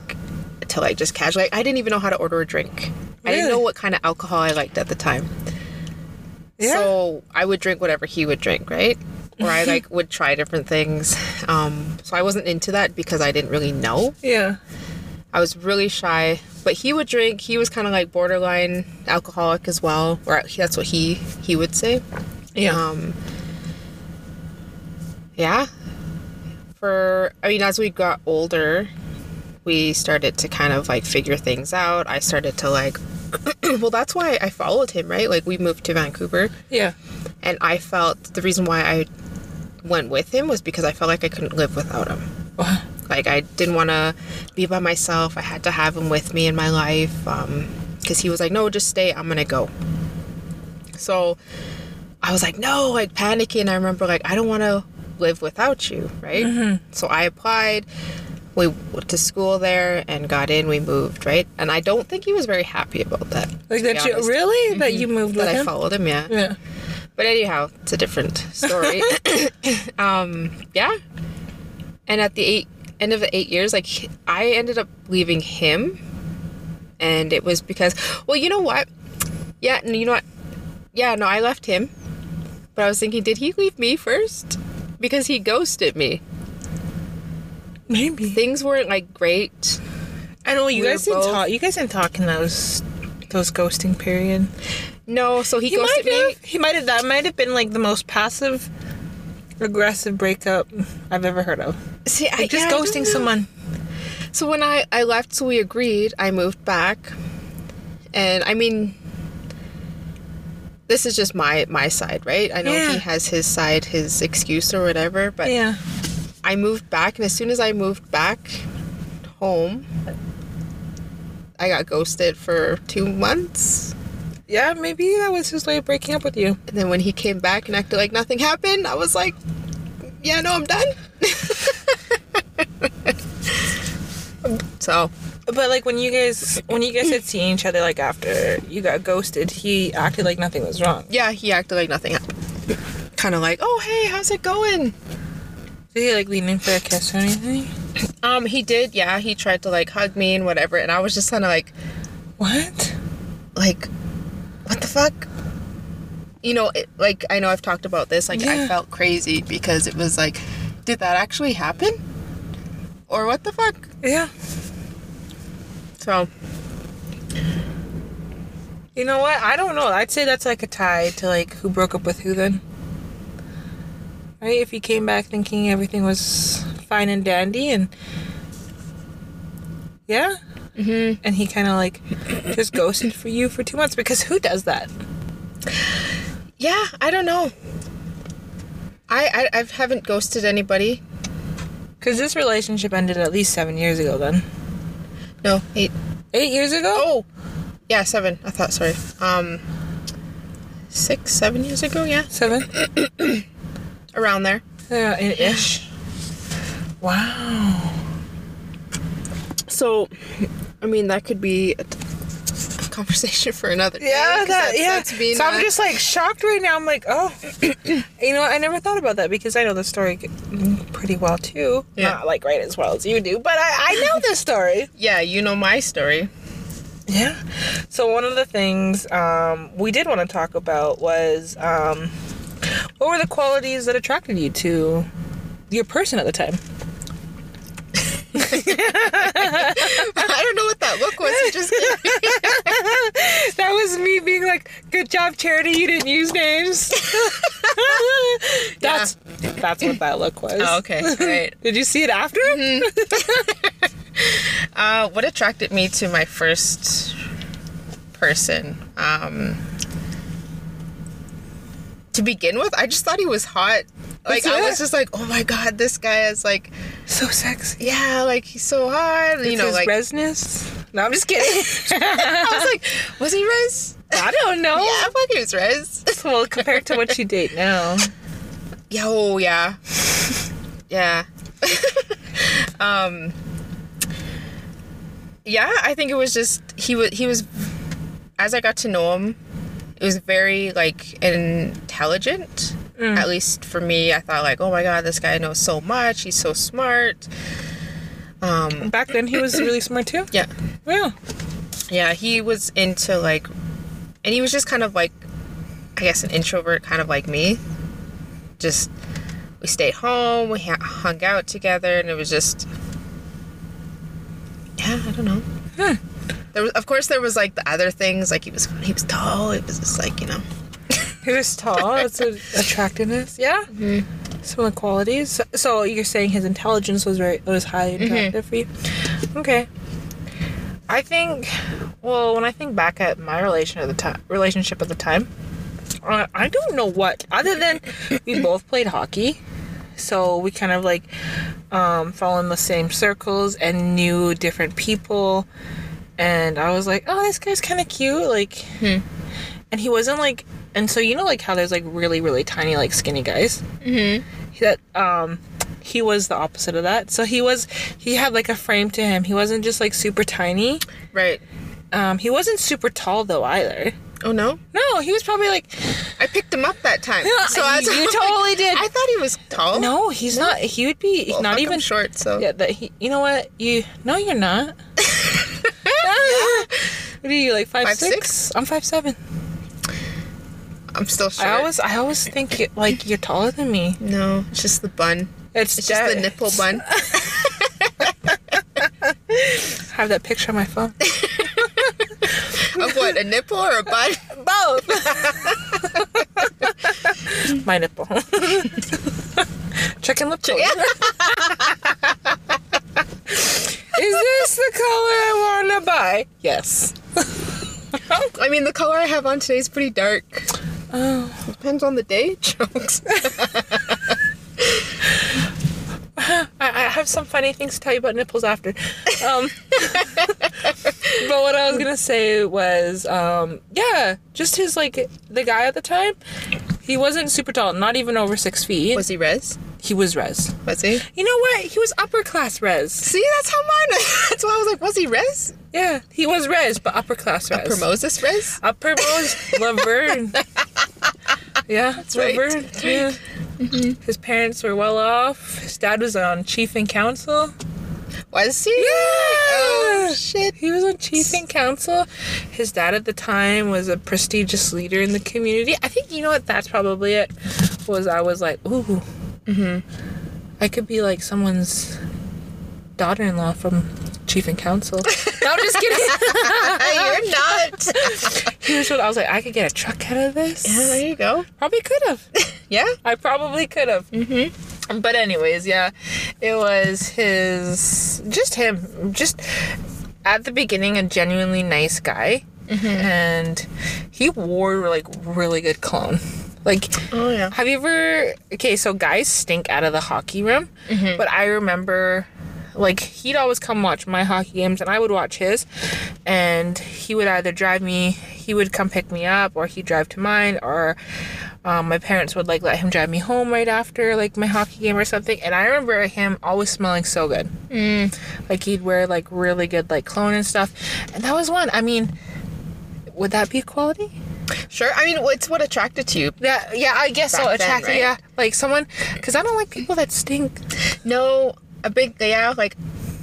S1: to like just casually. I didn't even know how to order a drink. I didn't
S2: Really?
S1: know what kind of alcohol I liked at the time.
S2: Yeah.
S1: So I would drink whatever he would drink, right? Or I like would try different things. Um, so I wasn't into that because I didn't really know.
S2: Yeah.
S1: I was really shy, but he would drink. He was kind of like borderline alcoholic as well, or he- that's what he he would say.
S2: Yeah.
S1: Um, yeah. For I mean, as we got older, we started to kind of like figure things out. I started to like, [clears throat] well, that's why I followed him, right? Like we moved to Vancouver,
S2: yeah.
S1: and I felt the reason why I went with him was because I felt like I couldn't live without him. Like I didn't want to be by myself. I had to have him with me in my life because he was like, "No, just stay. I'm gonna go." So I was like, "No!" Like panicking. I remember like I don't want to live without you, right?
S2: Mm-hmm.
S1: So I applied. We went to school there and got in. We moved, right? And I don't think he was very happy about that.
S2: Like
S1: to be
S2: that you
S1: honest.
S2: really Mm-hmm. that you moved with
S1: That I
S2: him.
S1: followed him, yeah.
S2: yeah.
S1: But anyhow, it's a different
S2: [laughs]
S1: story. um, yeah. And at the eight, end of the eight years, like he- I ended up leaving him, and it was because, well, you know what? Yeah, no, you know what? Yeah, no, I left him, but I was thinking, did he leave me first? Because he ghosted me.
S2: Maybe.
S1: Things weren't like great.
S2: I know you
S1: we
S2: guys
S1: were
S2: didn't
S1: both-
S2: talk. You guys didn't talk in those those ghosting period.
S1: No, so he,
S2: He might
S1: ghosted me.
S2: have. He might have. That might have been like the most passive, aggressive breakup I've ever heard of.
S1: See, I
S2: Like just
S1: yeah, I don't
S2: ghosting
S1: know.
S2: someone.
S1: So when I, I left, so we agreed, I moved back. And I mean, this is just my my side, right? I know
S2: Yeah.
S1: he has his side, his excuse or whatever, but
S2: Yeah.
S1: I moved back, and as soon as I moved back home, I got ghosted for two months.
S2: Yeah, maybe that was his way of breaking up with you.
S1: And then when he came back and acted like nothing happened, I was like, yeah, no, I'm done. [laughs] so,
S2: But like when you guys when you guys had seen each other like after you got ghosted, he acted like nothing was wrong.
S1: yeah, he acted like nothing happened. Kind of like, oh, hey, how's it going?
S2: Did he like lean in for a kiss or anything?
S1: Um, he did. Yeah, he tried to like hug me and whatever, and I was just kind of like,
S2: What?
S1: like, what the fuck? You know, it, like I know I've talked about this. Like I
S2: Yeah.
S1: felt crazy because it was like, did that actually happen? Or what the fuck?
S2: Yeah.
S1: So
S2: You know what? I don't know. I'd say that's like a tie to like who broke up with who then. Right? If he came back thinking everything was fine and dandy and yeah, mm-hmm. and he kind of like just ghosted for you for two months because who does that?
S1: yeah, I don't know. I I, I haven't ghosted anybody.
S2: Because this relationship ended at least seven years ago. Then
S1: No, eight.
S2: eight years ago.
S1: Oh, yeah, seven. I thought. Sorry. Um, six, seven years ago. Yeah,
S2: Seven.
S1: around there.
S2: Yeah, an ish. Wow.
S1: So, I mean, that could be a t- conversation for another. day,
S2: Yeah, that
S1: 'cause that's-
S2: yeah.
S1: that's being
S2: so I'm
S1: my-
S2: just like shocked right now. I'm like, oh, [clears throat] you know, I never thought about that because I know the story pretty well too.
S1: Yeah.
S2: Not like right as well as you do, but I, I know this story.
S1: yeah, you know my story.
S2: [laughs] Yeah. So one of the things um, we did want to talk about was um, what were the qualities that attracted you to your person at the time?
S1: I don't know what that look was. You just gave me.
S2: [laughs] That was me being like, "Good job, Charity. You didn't use [laughs] names." that's that's what that look was.
S1: [laughs] Oh, okay, right.
S2: Did you see it after?
S1: Uh, what attracted me to my first person? Um, to begin with, I just thought he was hot. Like
S2: That's
S1: I
S2: it?
S1: was just like, oh my god, this guy is like,
S2: So sexy.
S1: yeah, like he's so hot. you know, like
S2: resness. No, I'm just kidding.
S1: [laughs] I was like, was he
S2: [laughs]
S1: res?
S2: I don't know.
S1: Yeah, I fuck he was res.
S2: Well, compared to what you date now,
S1: Yeah, oh yeah. yeah. [laughs] um Yeah, I think it was just he was he was as I got to know him, it was very like intelligent. At least for me, I thought like, "Oh my god, this guy knows so much. He's so smart." Um
S2: back then he was really smart too.
S1: yeah.
S2: Yeah.
S1: Yeah, he was into like and he was just kind of like I guess an introvert kind of like me. Just we stayed home, we ha- hung out together and it was just Yeah, I don't know. There was of course there was like the other things like he was he was tall, it was just like, you know.
S2: He was tall. That's a, attractiveness. Yeah. Some of the qualities. So, so you're saying his intelligence was very was highly attractive for you. Okay. I think. Well, when I think back at my relation at the time, relationship at the time, uh, I don't know what other than we both played hockey, so we kind of like um, fell in the same circles and knew different people, and I was like, oh, this guy's kind of cute, like and he wasn't like and so you know like how there's like really really tiny like skinny guys mm-hmm. that um he was the opposite of that so he was he had like a frame to him he wasn't just like super tiny
S1: Right.
S2: um he wasn't super tall though either
S1: Oh no.
S2: no he was probably like
S1: I picked him up
S2: [laughs]
S1: that time.
S2: Yeah,
S1: So I was
S2: you- you
S1: like-
S2: totally did.
S1: I thought he was tall.
S2: no he's not he would be
S1: Well,
S2: not
S1: fuck, I'm
S2: even
S1: short, so
S2: yeah that he you know what you no you're not
S1: [laughs]
S2: what are you like five
S1: Five,
S2: 6 i'm five seven
S1: I'm still short.
S2: i always i always think you like you're taller than me
S1: No, it's just the bun.
S2: it's,
S1: It's just the
S2: that-
S1: nipple
S2: [laughs]
S1: bun.
S2: have that picture on my phone
S1: of what a nipple or a butt
S2: Both. My nipple. Chicken lip color. [laughs] Is this the color I want to buy? Yes.
S1: i mean the color i have on today is pretty dark
S2: Oh.
S1: depends on the day [laughs] jokes
S2: I, I have some funny things to tell you about nipples after. Um, but what I was gonna say was, um, yeah, just his like the guy at the time. He wasn't super tall, not even over six feet.
S1: was he res
S2: he was res.
S1: was he
S2: You know what? He was upper class res.
S1: see that's how mine [laughs] that's why i was like was he res
S2: Yeah, he was res, but upper class res.
S1: Moses res
S2: Upper most Laverne. Yeah, that's
S1: right.
S2: Laverne. Yeah. His parents were well off. His dad was on chief in council.
S1: Was he?
S2: Yeah.
S1: Oh, shit.
S2: He was on chief in council. His dad at the time was a prestigious leader in the community. I think you know what? That's probably it. Was I was like, ooh, I could be like someone's daughter-in-law from chief in council. no, I'm just kidding.
S1: You're not.
S2: [laughs] he was. I was like, I could get a truck out of this.
S1: yeah, [laughs] there you go.
S2: Probably could have.
S1: Yeah.
S2: I probably could have. Mm-hmm. But anyways, yeah, it was his, just him, just at the beginning a genuinely nice guy, and he wore like really good cologne. Like,
S1: Oh yeah.
S2: have you ever? Okay, so guys stink out of the hockey room, but I remember. Like he'd always come watch my hockey games, and I would watch his, and he would either drive me, he would come pick me up, or he'd drive to mine, or um, my parents would like let him drive me home right after like my hockey game or something. And I remember him always smelling so good,
S1: Mm,
S2: like he'd wear like really good like cologne and stuff, and that was one. I mean, would that be quality?
S1: Sure. I mean, it's what attracted to you.
S2: Yeah, yeah, I guess so.
S1: Back then,
S2: Attract,
S1: right?
S2: yeah, like someone, because I don't like people that stink.
S1: No, a big yeah. Like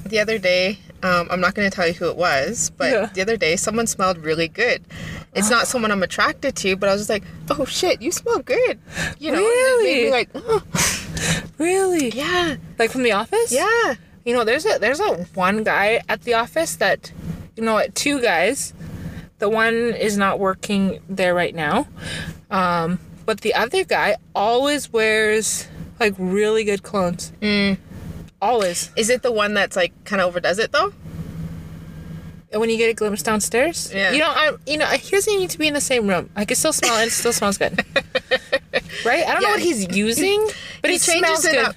S1: the other day, um, I'm not going to tell you who it was, but
S2: Yeah.
S1: the other day, someone smelled really good. It's not someone I'm attracted to, but I was just like, oh shit, you smell good. You know, and it made
S2: Really?
S1: me like, oh,
S2: Really?
S1: yeah,
S2: Like from the office?
S1: yeah.
S2: You know, there's a there's a one guy at the office that, you know, what two guys. The one is not working there right now, um, but the other guy always wears like really good clones. Mm. Always.
S1: Is it the one that's like kind of overdoes it though?
S2: And when you get a glimpse downstairs,
S1: Yeah.
S2: you know, I, you know, he doesn't need to be in the same room. I can still smell it. It still smells
S1: [laughs]
S2: good, right? I don't know
S1: Yeah.
S2: what he's
S1: [clears throat]
S2: using, but
S1: He
S2: it
S1: changes
S2: smells
S1: it
S2: good.
S1: up.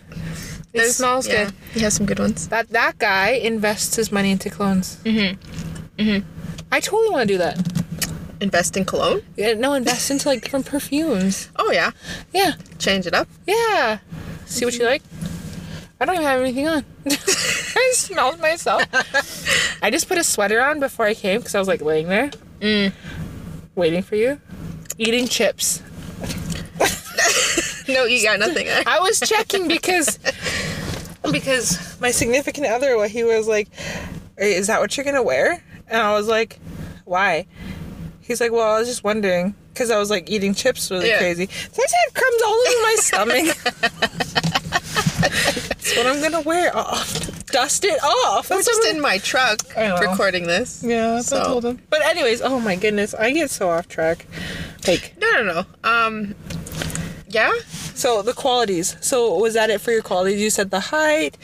S2: It smells good.
S1: He has some good ones.
S2: That that guy invests his money into clones. Mm-hmm. Mm-hmm. I totally want to do that.
S1: Invest in cologne.
S2: Yeah, No, invest into like different perfumes.
S1: Oh yeah,
S2: Yeah,
S1: change it up. [laughs]
S2: yeah. See what you like. I don't even have anything on. [laughs] I smelled myself. I just put a sweater on before I came because I was like laying there, waiting for you, eating chips.
S1: No, you got nothing.
S2: I was checking because [laughs] because my significant other, what he was like, "Hey, is that what you're gonna wear? And I was like, why? He's like, well, I was just wondering because I was like eating chips really
S1: Yeah.
S2: crazy. So I just had crumbs all over my
S1: [laughs]
S2: stomach. That's what I'm gonna wear. I'll dust it off.
S1: I'm
S2: That's what
S1: just
S2: I'm-
S1: in my truck
S2: I know.
S1: recording this.
S2: Oh, Yeah, that's what I
S1: So-
S2: told him. But anyways, oh my goodness, I get so off track. Like,
S1: No, no, no. Um, yeah.
S2: So the qualities. So was that it for your qualities? You said the height,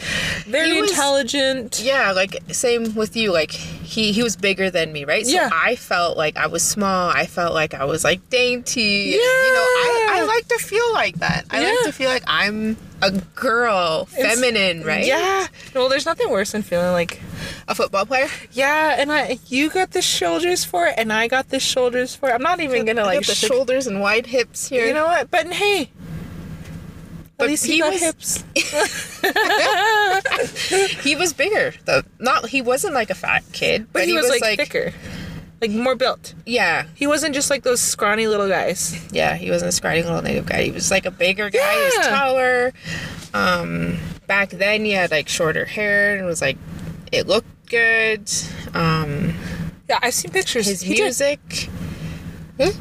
S2: very
S1: He was-
S2: intelligent.
S1: yeah like same with you like he he was bigger than me right so
S2: Yeah.
S1: i felt like i was small i felt like i was like dainty you know I, I
S2: Yeah.
S1: like to feel like that i
S2: Yeah.
S1: like to feel like i'm a girl
S2: It's-
S1: feminine right
S2: Yeah. Well, there's nothing worse than feeling like,
S1: a football player
S2: yeah, and I, you got the shoulders for it, and I got the shoulders for it. I'm not even gonna
S1: I
S2: like
S1: got the
S2: shake-
S1: shoulders and wide hips here
S2: You know what? But hey,
S1: But
S2: at least
S1: he
S2: you got
S1: was-
S2: [laughs] hips.
S1: he was bigger though not he wasn't like a fat kid but,
S2: But, he, was, like, thicker, like more built.
S1: yeah
S2: He wasn't just like those scrawny little guys.
S1: yeah he wasn't a scrawny little native guy he was like a bigger guy he was
S2: Yeah.
S1: taller um back then he had like shorter hair and was like it looked good um
S2: Yeah, I've seen pictures.
S1: his
S2: He did-
S1: music
S2: Yeah. [laughs]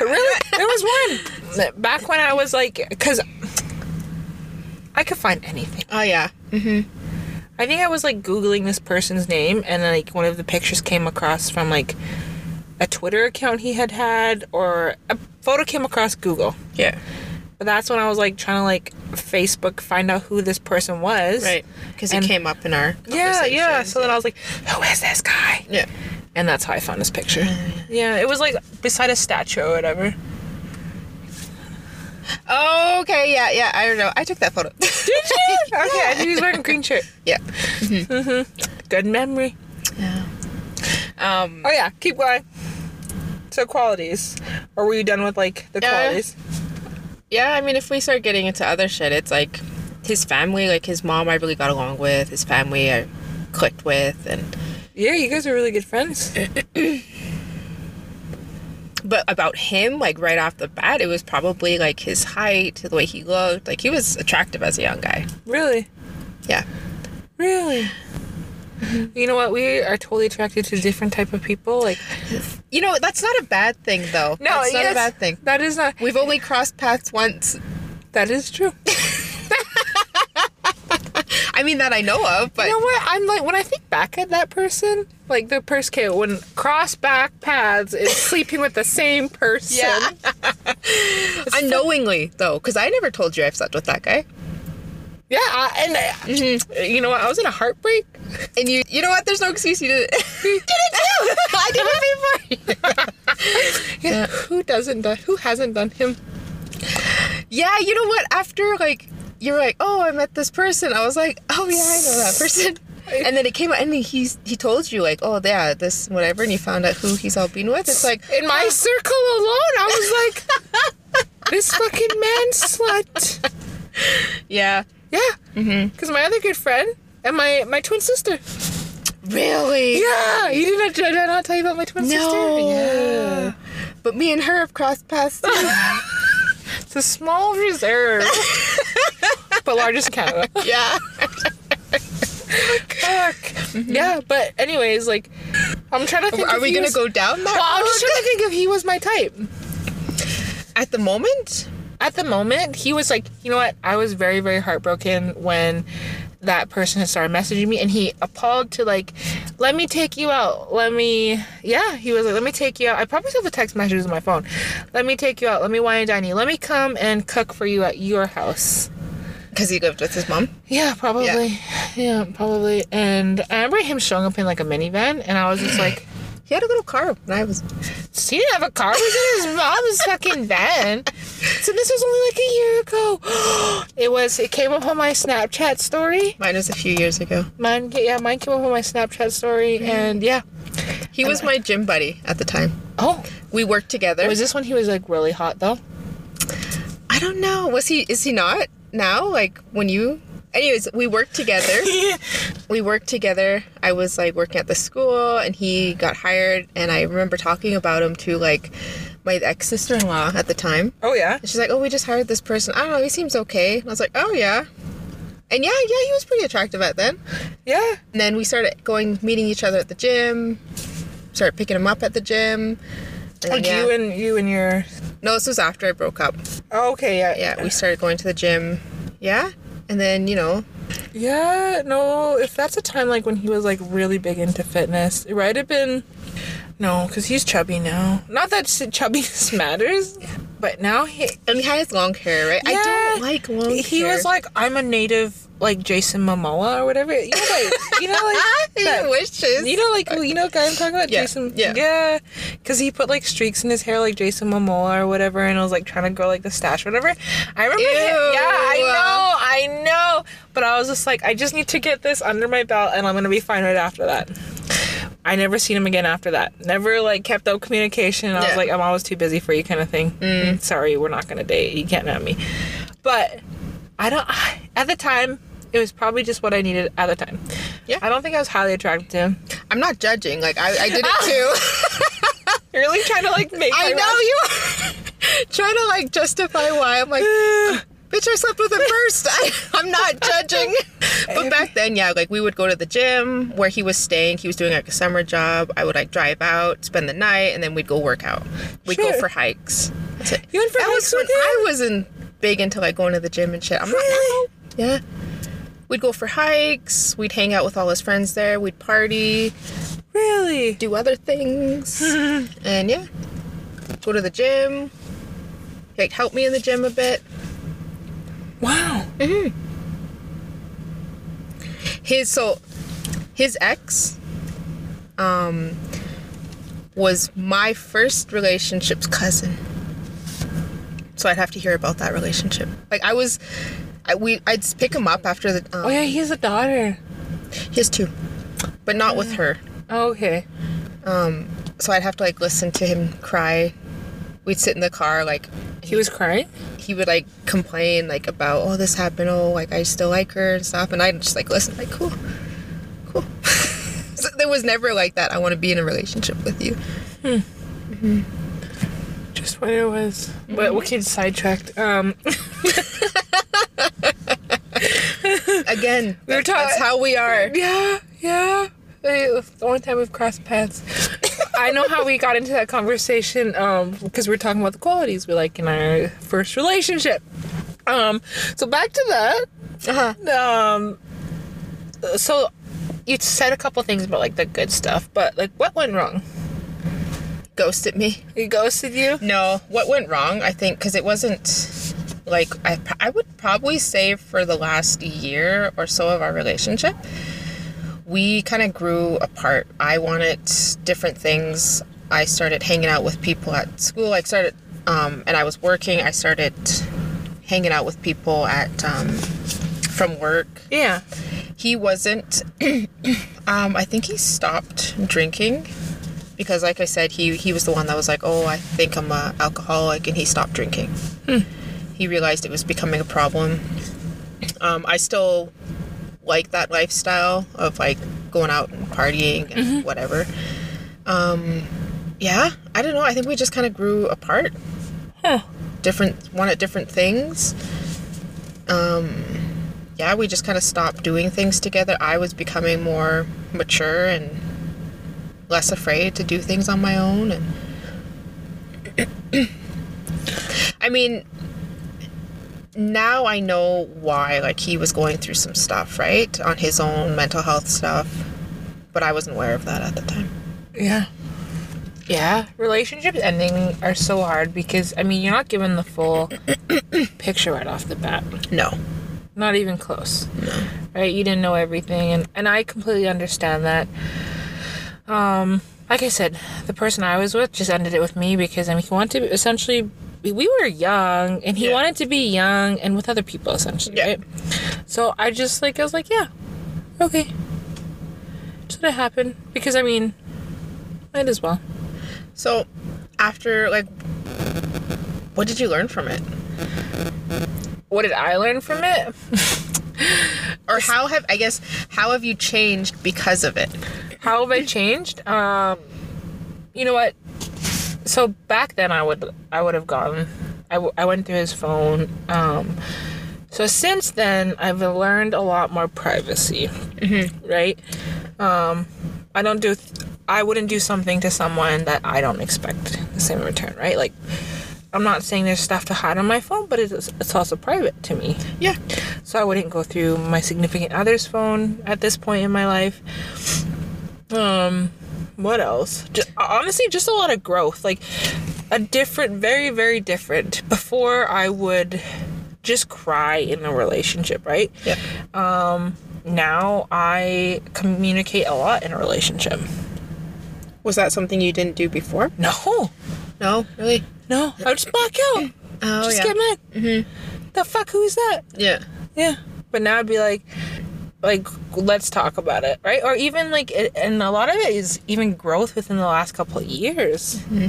S2: really? [laughs] There was one. Back when I was like, because I could find anything.
S1: [laughs] oh yeah
S2: I think I was like Googling this person's name, and then like one of the pictures came across from like a Twitter account he had had, or a photo came across Google.
S1: yeah
S2: But that's when I was like trying to like Facebook find out who this person was.
S1: right because it
S2: And-
S1: came up in our
S2: Yeah, yeah.
S1: conversations.
S2: So then I was like, who is this guy?
S1: yeah
S2: And that's how I found this picture. Yeah, it was like beside a statue or whatever.
S1: oh, okay yeah yeah i don't know i took that photo
S2: Did
S1: [laughs]
S2: you? Okay, I knew he was wearing a green shirt.
S1: yeah
S2: Good memory.
S1: yeah um
S2: Oh yeah, keep going. So qualities, or were you done with like the
S1: Yeah.
S2: qualities?
S1: yeah i mean if we start getting into other shit it's like his family like his mom i really got along with his family i clicked with and
S2: Yeah, you guys are really good friends.
S1: but about him, like right off the bat, it was probably like his height, the way he looked. Like he was attractive as a young guy.
S2: Really?
S1: Yeah.
S2: Really? [sighs] You know what? We are totally attracted to different type of people. Like
S1: You know, that's not a bad thing, though. that's not
S2: yes,
S1: a bad thing.
S2: That is not.
S1: We've only crossed paths once.
S2: That is true.
S1: I mean, that I know of, but
S2: you know what? I'm like when I think back at that person, like the person okay, when cross back paths [laughs] is sleeping with the same person.
S1: Yeah. unknowingly, though, because I never told you I've slept with that guy.
S2: Yeah, I- and I,
S1: Mm-hmm.
S2: you know what? I was in a heartbreak. [laughs]
S1: And you, you know what? There's no excuse. You [laughs] did it. did it too. [laughs] I did [laughs] it before.
S2: Yeah. Who doesn't done? Who hasn't done him?
S1: Yeah, you know what? After like you're like, oh, I met this person. I was like, oh yeah, I know that
S2: [laughs]
S1: person. And then it came out, and he's he told you like, oh yeah, this whatever, and you found out who he's all been with. It's like,
S2: In [laughs] my circle alone, I was like, [laughs] this fucking man slut.
S1: [gasps] yeah,
S2: Yeah.
S1: Mm-hmm.
S2: Because my other good friend and my my twin sister.
S1: really,
S2: Yeah. You didn't did I not tell you about my twin
S1: No.
S2: sister? Yeah.
S1: But me and her have crossed
S2: [laughs]
S1: paths. too.
S2: It's a small
S1: [laughs]
S2: reserve, but largest in Canada.
S1: yeah,
S2: Fuck. Yeah, but anyways, like, I'm trying to think.
S1: Mm-hmm. are
S2: if
S1: we
S2: he
S1: gonna
S2: was-
S1: go down that
S2: Well,
S1: [laughs]
S2: I'm just
S1: road?
S2: trying to think if he was my type.
S1: At the moment,
S2: At the moment, he was like, you know what? I was very, very heartbroken when that person had started messaging me, and he appalled to like, let me take you out. Let me, yeah. He was like, let me take you out. I probably still have the text messages on my phone. Let me take you out. Let me wine and dine you. Let me come and cook for you at your house.
S1: because he lived with his mom.
S2: Yeah, probably. Yeah. probably. And I remember him showing up in like a minivan, and I was just like,
S1: He had a little car when I was.
S2: "So you didn't have a car? It was in his mom's fucking van." So this was only like a year ago. [gasps] it was. It came up on my Snapchat story.
S1: Mine was a few years ago.
S2: Mine, yeah, mine came up on my Snapchat story, and yeah.
S1: He was my gym buddy at the time.
S2: Oh,
S1: We worked together.
S2: was this when he was like really hot though?
S1: I don't know. Was he? Is he not now? Like when you? Anyways, we worked together. we worked together. I was like working at the school, and he got hired. And I remember talking about him to like my ex sister in law at the time.
S2: Oh yeah.
S1: And she's like, "Oh, we just hired this person. I don't know. He seems okay." And I was like, "Oh yeah." And yeah, yeah, he was pretty attractive at then.
S2: Yeah.
S1: And then we started going, meeting each other at the gym. Started picking him up at the gym. And then,
S2: Like
S1: yeah.
S2: Oh, you and you and your.
S1: no, this was after I broke up
S2: Oh, okay. Yeah.
S1: yeah, we started going to the gym. Yeah. And then, you know,
S2: Yeah, no, if that's a time like when he was like really big into fitness, it might have been. No, because he's chubby now. Not that sh- chubbiness [laughs] matters, but now he.
S1: and he had his long hair, right? I don't like long
S2: He
S1: hair.
S2: was like, I'm a native, like Jason Momoa or whatever. You know, like, you know,
S1: [laughs]
S2: like.
S1: he
S2: that-
S1: wishes.
S2: you know, like you know, guy I'm talking about,
S1: Yeah,
S2: Jason.
S1: yeah.
S2: yeah, because he put like streaks in his hair, like Jason Momoa or whatever, and I was like trying to grow like the stash, or whatever. I remember. him-
S1: Ew.
S2: yeah, I know, I know. But I was just like, I just need to get this under my belt, and I'm gonna be fine right after that. I never seen him again after that. Never like kept up communication. I was
S1: Yeah.
S2: like, I'm always too busy for you, kind of thing. Mm, Sorry, we're not gonna date. You can't have me. But I don't. [sighs] At the time, it was probably just what I needed at the time.
S1: Yeah.
S2: I don't think I was highly attracted to him.
S1: I'm not judging. Like, I, I did [laughs] it too.
S2: You're really trying to [laughs] like make.
S1: [laughs] I
S2: my
S1: know you are [laughs] trying to, like, justify why. I'm like,
S2: rash-
S1: bitch, I slept with him first. [laughs] I, I'm not judging. [laughs] But back then, yeah, like, we would go to the gym where he was staying. He was doing, like, a summer job. I would, like, drive out, spend the night, and then we'd go work out. We'd go
S2: Sure.
S1: for hikes. That's it.
S2: You went for
S1: That
S2: hikes
S1: was when
S2: with him?
S1: I wasn't big into like going to the gym and shit. I'm not.
S2: Really?
S1: Yeah. We'd go for hikes. We'd hang out with all his friends there. We'd party,
S2: Really?
S1: do other things, and yeah, go to the gym. He like helped me in the gym a bit.
S2: Wow.
S1: His so his ex um was my first relationship's cousin. So I'd have to hear about that relationship. Like I was, I, we I'd pick him up after the. Um,
S2: Oh yeah, he has a daughter.
S1: He has two, but not with her.
S2: Oh, Okay.
S1: Um, so I'd have to like listen to him cry. We'd sit in the car, like
S2: He was crying.
S1: he would like complain like about oh this happened, oh like I still like her and stuff, and I'd just like listen, like cool, cool. [laughs] so there was never like that. I want to be in a relationship with you.
S2: Just what it was. But we can sidetracked. Um.
S1: Again,
S2: We were
S1: that- that's
S2: talking-
S1: how
S2: [laughs]
S1: we are.
S2: Yeah, yeah. Hey, The only time we've crossed paths. I know how we got into that conversation um, because we are talking about the qualities we like in our first relationship. Um, so back to
S1: Uh-huh.
S2: that. Um, so you said a couple things about like the good stuff, but like what went wrong?
S1: Ghosted me.
S2: He ghosted you.
S1: No, what went wrong? I think because it wasn't like I, I would probably say for the last year or so of our relationship, we kind of grew apart. I wanted different things. I started hanging out with people at school. I started, um, and I was working. I started hanging out with people at um, from work
S2: Yeah.
S1: he wasn't [clears throat] um i think he stopped drinking because like i said he he was the one that was like oh i think i'm a alcoholic and he stopped drinking he realized it was becoming a problem um i still like that lifestyle of like going out and partying and whatever um yeah i don't know i think we just kind of grew apart
S2: Huh.
S1: different wanted different things yeah, we just kind of stopped doing things together. I was becoming more mature and less afraid to do things on my own and [clears throat] I mean now I know why like he was going through some stuff, right? On his own mental health stuff. But I wasn't aware of that at the time.
S2: Yeah. Yeah. Relationships ending are so hard because I mean you're not given the full picture right off the bat.
S1: No.
S2: Not even close. Right? You didn't know everything and, and I completely understand that. Um, like I said, the person I was with just ended it with me because I mean he wanted to essentially we were young and he
S1: Yeah.
S2: wanted to be young and with other people essentially,
S1: Yeah.
S2: right? So I just like I was like, Yeah, okay. Just let it happen. Because I mean might as well.
S1: So after like what did you learn from it?
S2: what did I learn from it?
S1: Or how have I guess how have you changed because of it?
S2: How have I changed? Um, you know what? So back then, I would I would have gone. I, w- I went through his phone. Um, so since then, I've learned a lot more privacy. Right? Um, I don't do. Th- I wouldn't do something to someone that I don't expect the same in return. Right? Like, I'm not saying there's stuff to hide on my phone, but it's it's also private to me.
S1: Yeah.
S2: so I wouldn't go through my significant other's phone at this point in my life. Um, what else? Just, honestly, just a lot of growth. Like a different, very, very different. Before I would just cry in a relationship, right?
S1: Yeah.
S2: Now I communicate a lot in a relationship.
S1: Was that something you didn't do before?
S2: No,
S1: No, really.
S2: no, I would just black out.
S1: Oh
S2: just
S1: yeah. Mm-hmm.
S2: get mad. The fuck? Who is that?
S1: yeah.
S2: Yeah. But now I'd be like, like, let's talk about it, right? Or even like, it, and a lot of it is even growth within the last couple of years.
S1: Mm-hmm.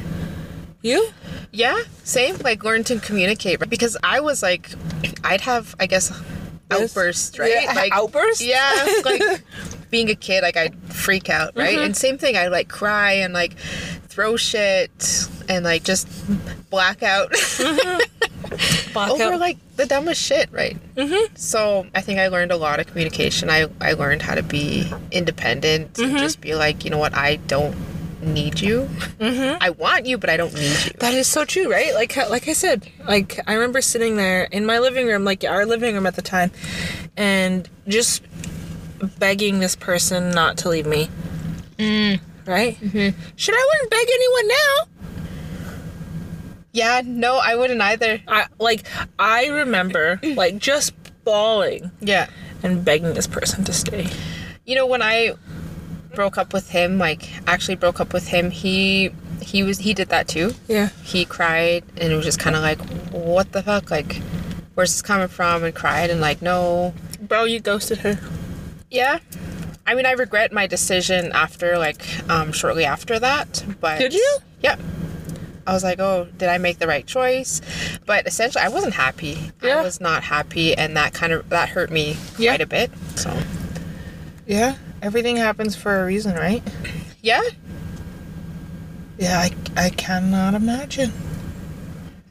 S2: You?
S1: Yeah. Same. Like learn to communicate right? because I was like, I'd have I guess
S2: This-
S1: outbursts, right?
S2: Yeah, [laughs]
S1: like
S2: outbursts?
S1: Yeah.
S2: [laughs]
S1: Like being a kid, like I'd freak out, right?
S2: Mm-hmm.
S1: And same thing, I'd like cry and like throw shit and like just black out
S2: Mm-hmm. Blackout.
S1: over like the dumbest shit, right? Mm-hmm. So I think I learned a lot of communication. I, I learned how to be independent and just be like, you know what, I don't need you. I want you, but I don't need you.
S2: That is so true, right? Like, how- like I said, like I remember sitting there in my living room, like our living room at the time, and just begging this person not to leave me.
S1: Mm.
S2: Right? Mm-hmm. Should I wouldn't beg anyone now?
S1: Yeah, no, I wouldn't either.
S2: I like I remember
S1: Mm.
S2: like just bawling
S1: Yeah.
S2: and begging this person to stay.
S1: You know, when I broke up with him, like actually broke up with him, he he was he did that too.
S2: Yeah.
S1: He cried and it was just kind of like, what the fuck? Like, where's this coming from? And cried and like, no,
S2: Bro, you ghosted her.
S1: Yeah. I mean, I regret my decision after, like, um, shortly after that. But
S2: Did you?
S1: Yeah. I was like, oh, did I make the right choice? But essentially, I wasn't happy.
S2: Yeah.
S1: I was not happy, and that kind of that hurt me quite
S2: Yeah.
S1: a bit. So,
S2: Yeah. Everything happens for a reason, right?
S1: yeah.
S2: Yeah, I, I cannot imagine.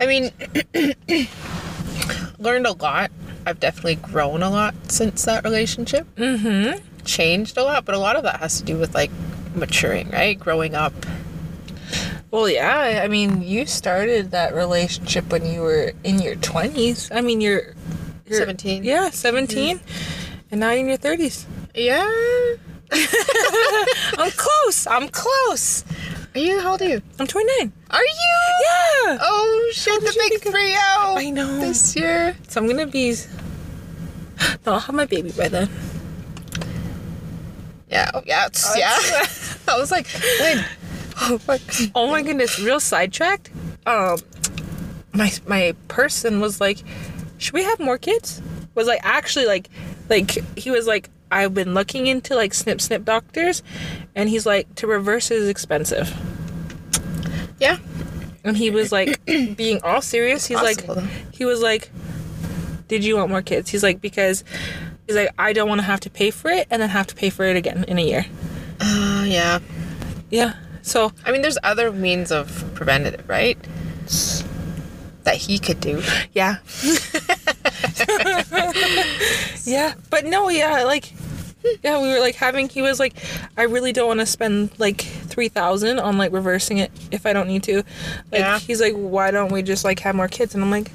S1: I mean, [clears throat] learned a lot. I've definitely grown a lot since that relationship. Mm-hmm. Changed a lot, but a lot of that has to do with like maturing, right? Growing up.
S2: Well, yeah. I- I mean, you started that relationship when you were in your 20s. I mean, you're, you're
S1: 17.
S2: Yeah, 17. And now you're in your 30s.
S1: Yeah.
S2: [laughs] I'm close. I'm close.
S1: Are you? How old are you?
S2: I'm 29.
S1: Are you?
S2: Yeah.
S1: Oh shit! The big three out.
S2: I know.
S1: This year.
S2: So I'm going to be. [gasps] No, I'll have my baby by then.
S1: Yeah. Oh, yeah. It's, yeah. [laughs] I was like, when? Oh fuck.
S2: Oh my goodness, real sidetracked. Um, my my person was like, should we have more kids? Was like actually like, like he was like, I've been looking into like snip snip doctors, and he's like, to reverse is expensive.
S1: Yeah.
S2: And he was like, being all serious, he's
S1: Possible,
S2: like,
S1: though.
S2: he was like, did you want more kids? He's like, because he's like, I don't want to have to pay for it and then have to pay for it again in a year.
S1: Uh, yeah.
S2: Yeah. So
S1: I mean, there's other means of preventative, right? That he could do.
S2: Yeah. [laughs] yeah, but no, yeah, like yeah, we were like having he was like I really don't want to spend like 3000 on like reversing it if I don't need to. Like
S1: Yeah.
S2: he's like why don't we just like have more kids and I'm like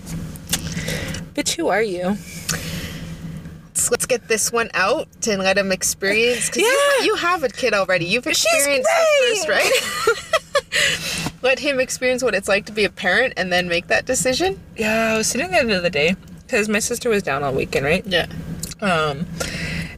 S2: Bitch, who are you?
S1: So let's get this one out and let him experience. Cause you,
S2: Yeah.
S1: you have a kid already. You've
S2: she's
S1: experienced the first, right? [laughs] Let him experience what it's like to be a parent and then make that decision.
S2: Yeah, I was sitting there the other day because my sister was down all weekend, right?
S1: Yeah.
S2: Um,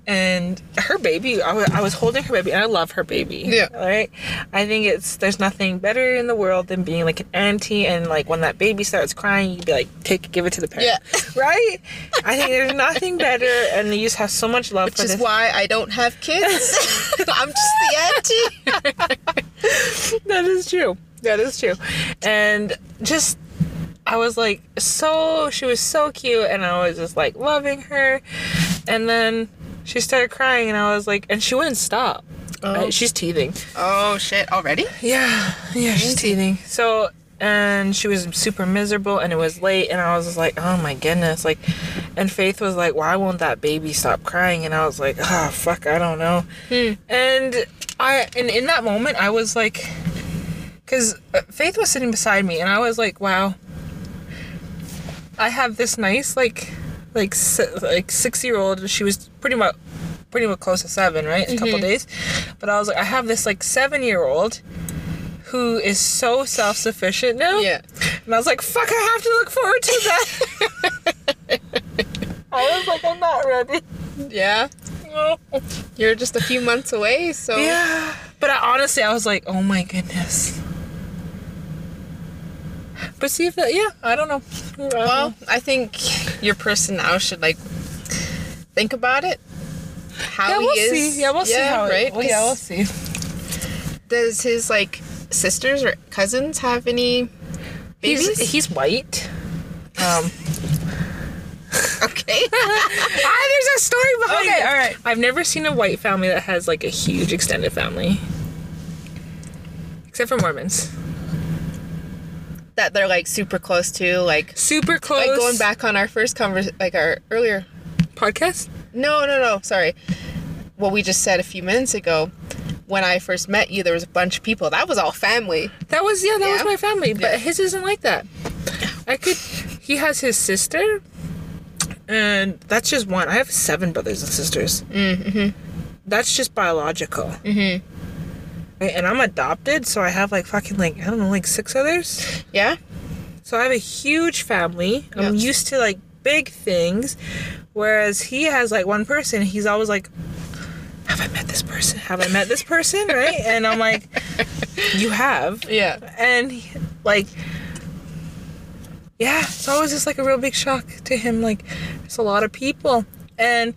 S2: and her baby, I wa- I was holding her baby, and I love her baby.
S1: Yeah.
S2: Right? I think it's, there's nothing better in the world than being like an auntie, and like when that baby starts crying, you'd be like, take, give it to the parent.
S1: Yeah.
S2: Right? I think there's nothing better, and you just have so much love
S1: Which
S2: for
S1: is
S2: this.
S1: why I don't have
S2: [laughs]
S1: kids. I'm just the auntie.
S2: that is true. That is true. And just, I was like, so, she was so cute, and I was just like loving her. And then she started crying, and I was like, and she wouldn't stop. Uh, she's teething.
S1: Oh shit! Already?
S2: Yeah, yeah, she's teething. So, and she was super miserable, and it was late, and I was just like, oh my goodness, like, and Faith was like, why won't that baby stop crying? And I was like, oh fuck, I don't know. And I, and in that moment, I was like, because uh, Faith was sitting beside me, and I was like, wow, I have this nice like, like, si- like six year old. She was pretty much. Pretty much close to seven, right? A couple days, but I was like, I have this like seven year old who is so self sufficient now.
S1: Yeah.
S2: And I was like, fuck, I have to look forward to that. I was like, I'm not ready.
S1: Yeah. You're just a few months away, so
S2: Yeah. But I, honestly, I was like, oh my goodness. But see if that, yeah, I don't know.
S1: Well, I think your person now should like think about it. How
S2: yeah, we'll
S1: he is.
S2: see. Yeah, we'll see how
S1: right.
S2: it. Well, yeah, we'll
S1: 'Cause
S2: see.
S1: Does his like sisters or cousins have any babies?
S2: He's, he's white. Um,
S1: [laughs] okay.
S2: [laughs] ah, there's a story behind
S1: Okay,
S2: it.
S1: all right.
S2: I've never seen a white family that has like a huge extended family, except for Mormons.
S1: that they're like super close to, like
S2: Super close.
S1: like going back on our first convers like our earlier
S2: podcast.
S1: No, no, no. Sorry. What we just said a few minutes ago, when I first met you, there was a bunch of people. That was all family.
S2: That was yeah. That
S1: Yeah.
S2: was my family, but
S1: Yeah.
S2: his isn't like that. I could. He has his sister, and that's just one. I have seven brothers and sisters. Mm-hmm. That's just biological. Mm-hmm. And I'm adopted, so I have like fucking like I don't know like six others.
S1: Yeah.
S2: So I have a huge family. I'm
S1: Yeah.
S2: used to like big things, whereas he has like one person. He's always like, "Have I met this person? Have I met this person?" Right? And I'm like, "You have."
S1: Yeah.
S2: And he- like, yeah. So it was just like a real big shock to him. Like, it's a lot of people, and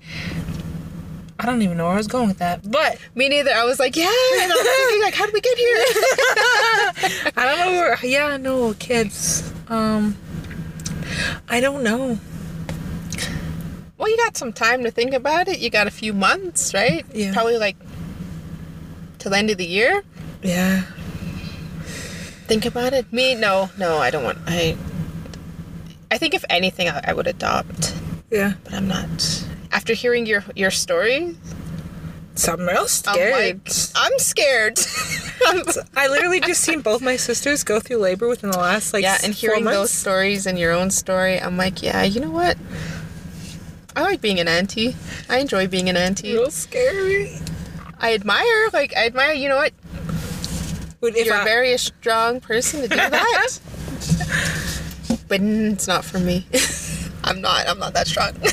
S2: I don't even know where I was going with that, but. [laughs]
S1: Me neither. I was like, yeah. And I was thinking, like, how did we get [laughs] here?
S2: I don't know where. Yeah, no kids. Um, I don't know.
S1: well, you got some time to think about it. You got a few months, right?
S2: Yeah.
S1: Probably like till the end of the year.
S2: Yeah.
S1: Think about it. Me, no, no, I don't want. I. I think if anything, I, I would adopt.
S2: Yeah.
S1: but I'm not. After hearing your your story,
S2: So I'm real
S1: I'm
S2: scared.
S1: like, I'm scared. [laughs] I'm-
S2: I literally just seen both my sisters go through labor within the last like
S1: yeah,
S2: s-
S1: and
S2: four
S1: hearing those
S2: months.
S1: stories and your own story, I'm like, yeah, you know what? I like being an auntie. I enjoy being an auntie.
S2: real scary.
S1: I admire, like, I admire. You know what?
S2: Would if
S1: You're
S2: I,
S1: a very strong person to [laughs] do that. but mm, it's not for me. [laughs] I'm not. I'm not that strong. [laughs]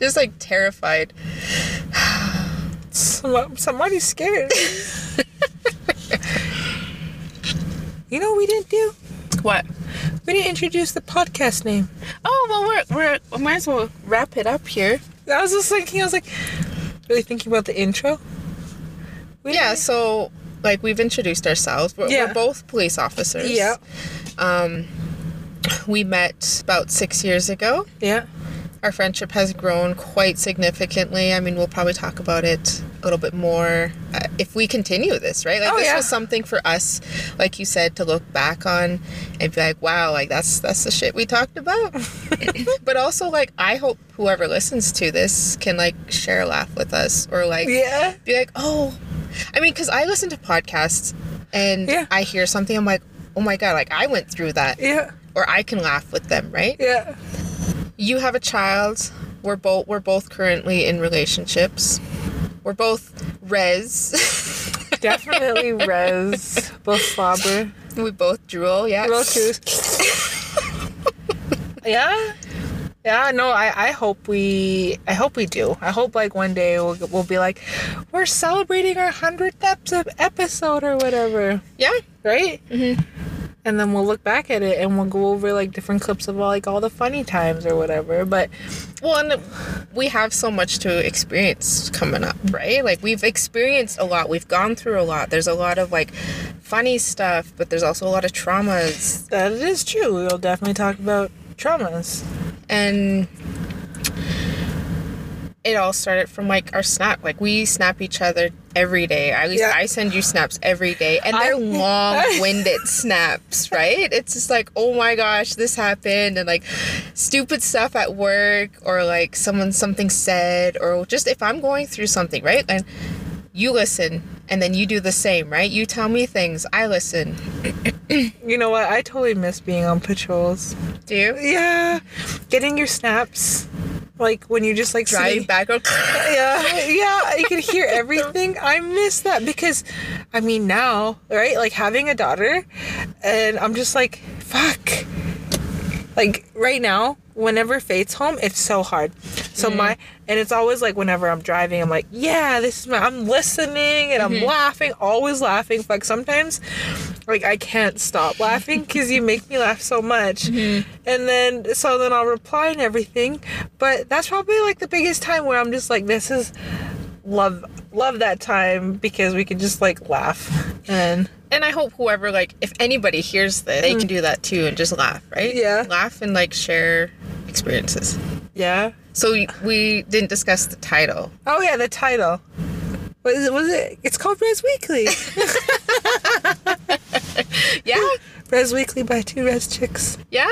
S1: Just like terrified.
S2: Some- somebody's scared. you know what we didn't do?
S1: What?
S2: We didn't introduce the podcast name.
S1: Oh well, we're we're might as well wrap it up here.
S2: I was just thinking. I was like, really thinking about the intro. We
S1: Yeah.
S2: didn't-
S1: So like we've introduced ourselves. We're,
S2: Yeah.
S1: we're both police officers.
S2: Yeah.
S1: Um, we met about six years ago.
S2: Yeah.
S1: Our friendship has grown quite significantly. I mean, we'll probably talk about it a little bit more uh, if we continue this, right? Like
S2: Oh,
S1: this
S2: yeah.
S1: was something for us, like you said, to look back on and be like, "Wow, like that's that's the shit we
S2: [laughs]
S1: talked about." but also, like, I hope whoever listens to this can like share a laugh with us or like
S2: Yeah.
S1: be like, oh, I mean, because I listen to podcasts and
S2: Yeah.
S1: I hear something, I'm like, oh my God, like I went through that,
S2: Yeah.
S1: or I can laugh with them, right?
S2: Yeah.
S1: You have a child. We're both we're both currently in relationships. We're both res. [laughs]
S2: Definitely res. Both slobber.
S1: we both drool. Yeah.
S2: Real truth. [laughs] yeah. Yeah, no, I, I hope we I hope we do. I hope like one day we'll, we'll be like we're celebrating our 100th ep- episode or whatever,
S1: Yeah.
S2: right? Mhm. And then we'll look back at it and we'll go over like different clips of all like all the funny times or whatever, but
S1: Well, and we have so much to experience coming up, right? Like we've experienced a lot. We've gone through a lot. There's a lot of like funny stuff, but there's also a lot of traumas
S2: that it is true. We'll definitely talk about traumas.
S1: and it all started from like our snap. Like we snap each other every day. At least
S2: Yeah.
S1: I send you snaps every day, and
S2: I- [laughs]
S1: they're long-winded snaps, right? It's just like, oh my gosh, this happened, and like stupid stuff at work, or like someone something said, or just if I'm going through something, right? And you listen, and then you do the same, right? You tell me things, I listen.
S2: You know what? I totally miss being on patrols.
S1: Do you
S2: Yeah. Getting your snaps like when you just like sitting-
S1: drive back? Or [laughs]
S2: [laughs] yeah, yeah, you can hear everything. I miss that because, I mean, now, right? Like having a daughter, and I'm just like, fuck. Like right now, whenever Faith's home, it's so hard. So my and it's always like whenever I'm driving, I'm like, yeah, this is my. I'm listening and I'm laughing, always laughing. Fuck, sometimes, like I can't stop laughing because you make me laugh so much. And then so then I'll reply and everything, but that's probably like the biggest time where I'm just like, this is love love that time because we can just like laugh and
S1: and I hope whoever like if anybody hears this, they can do that too and just laugh, right?
S2: Mm. Yeah.
S1: Laugh and like share experiences.
S2: yeah.
S1: So we- we didn't discuss the title.
S2: Oh yeah, the title. Was it? Was it? It's called Res Weekly. [laughs]
S1: Yeah.
S2: Res Weekly by two Res Chicks.
S1: Yeah.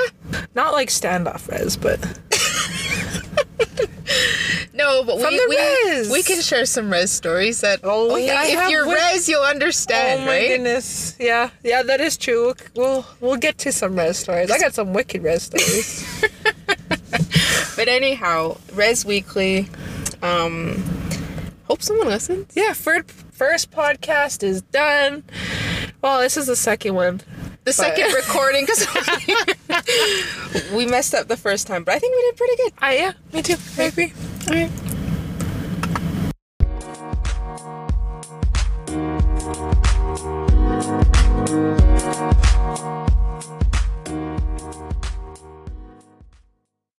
S2: Not like standoff Res, but
S1: No, but
S2: From
S1: we
S2: the
S1: we,
S2: res.
S1: we can share some res stories that
S2: Oh,
S1: only
S2: yeah, I
S1: if
S2: have
S1: you're
S2: one-
S1: res you'll understand,
S2: oh my
S1: right?
S2: goodness, yeah, yeah, that is true. We'll we'll, we'll get to some Res stories. I got some wicked Res stories.
S1: But anyhow, res weekly. Um hope someone listens.
S2: yeah, first first podcast is done. Well, this is the second one. [laughs]
S1: The second recording [laughs] cuz we messed up the first time, but I think we did pretty good.
S2: Ah, yeah, me too. I agree.
S1: All right.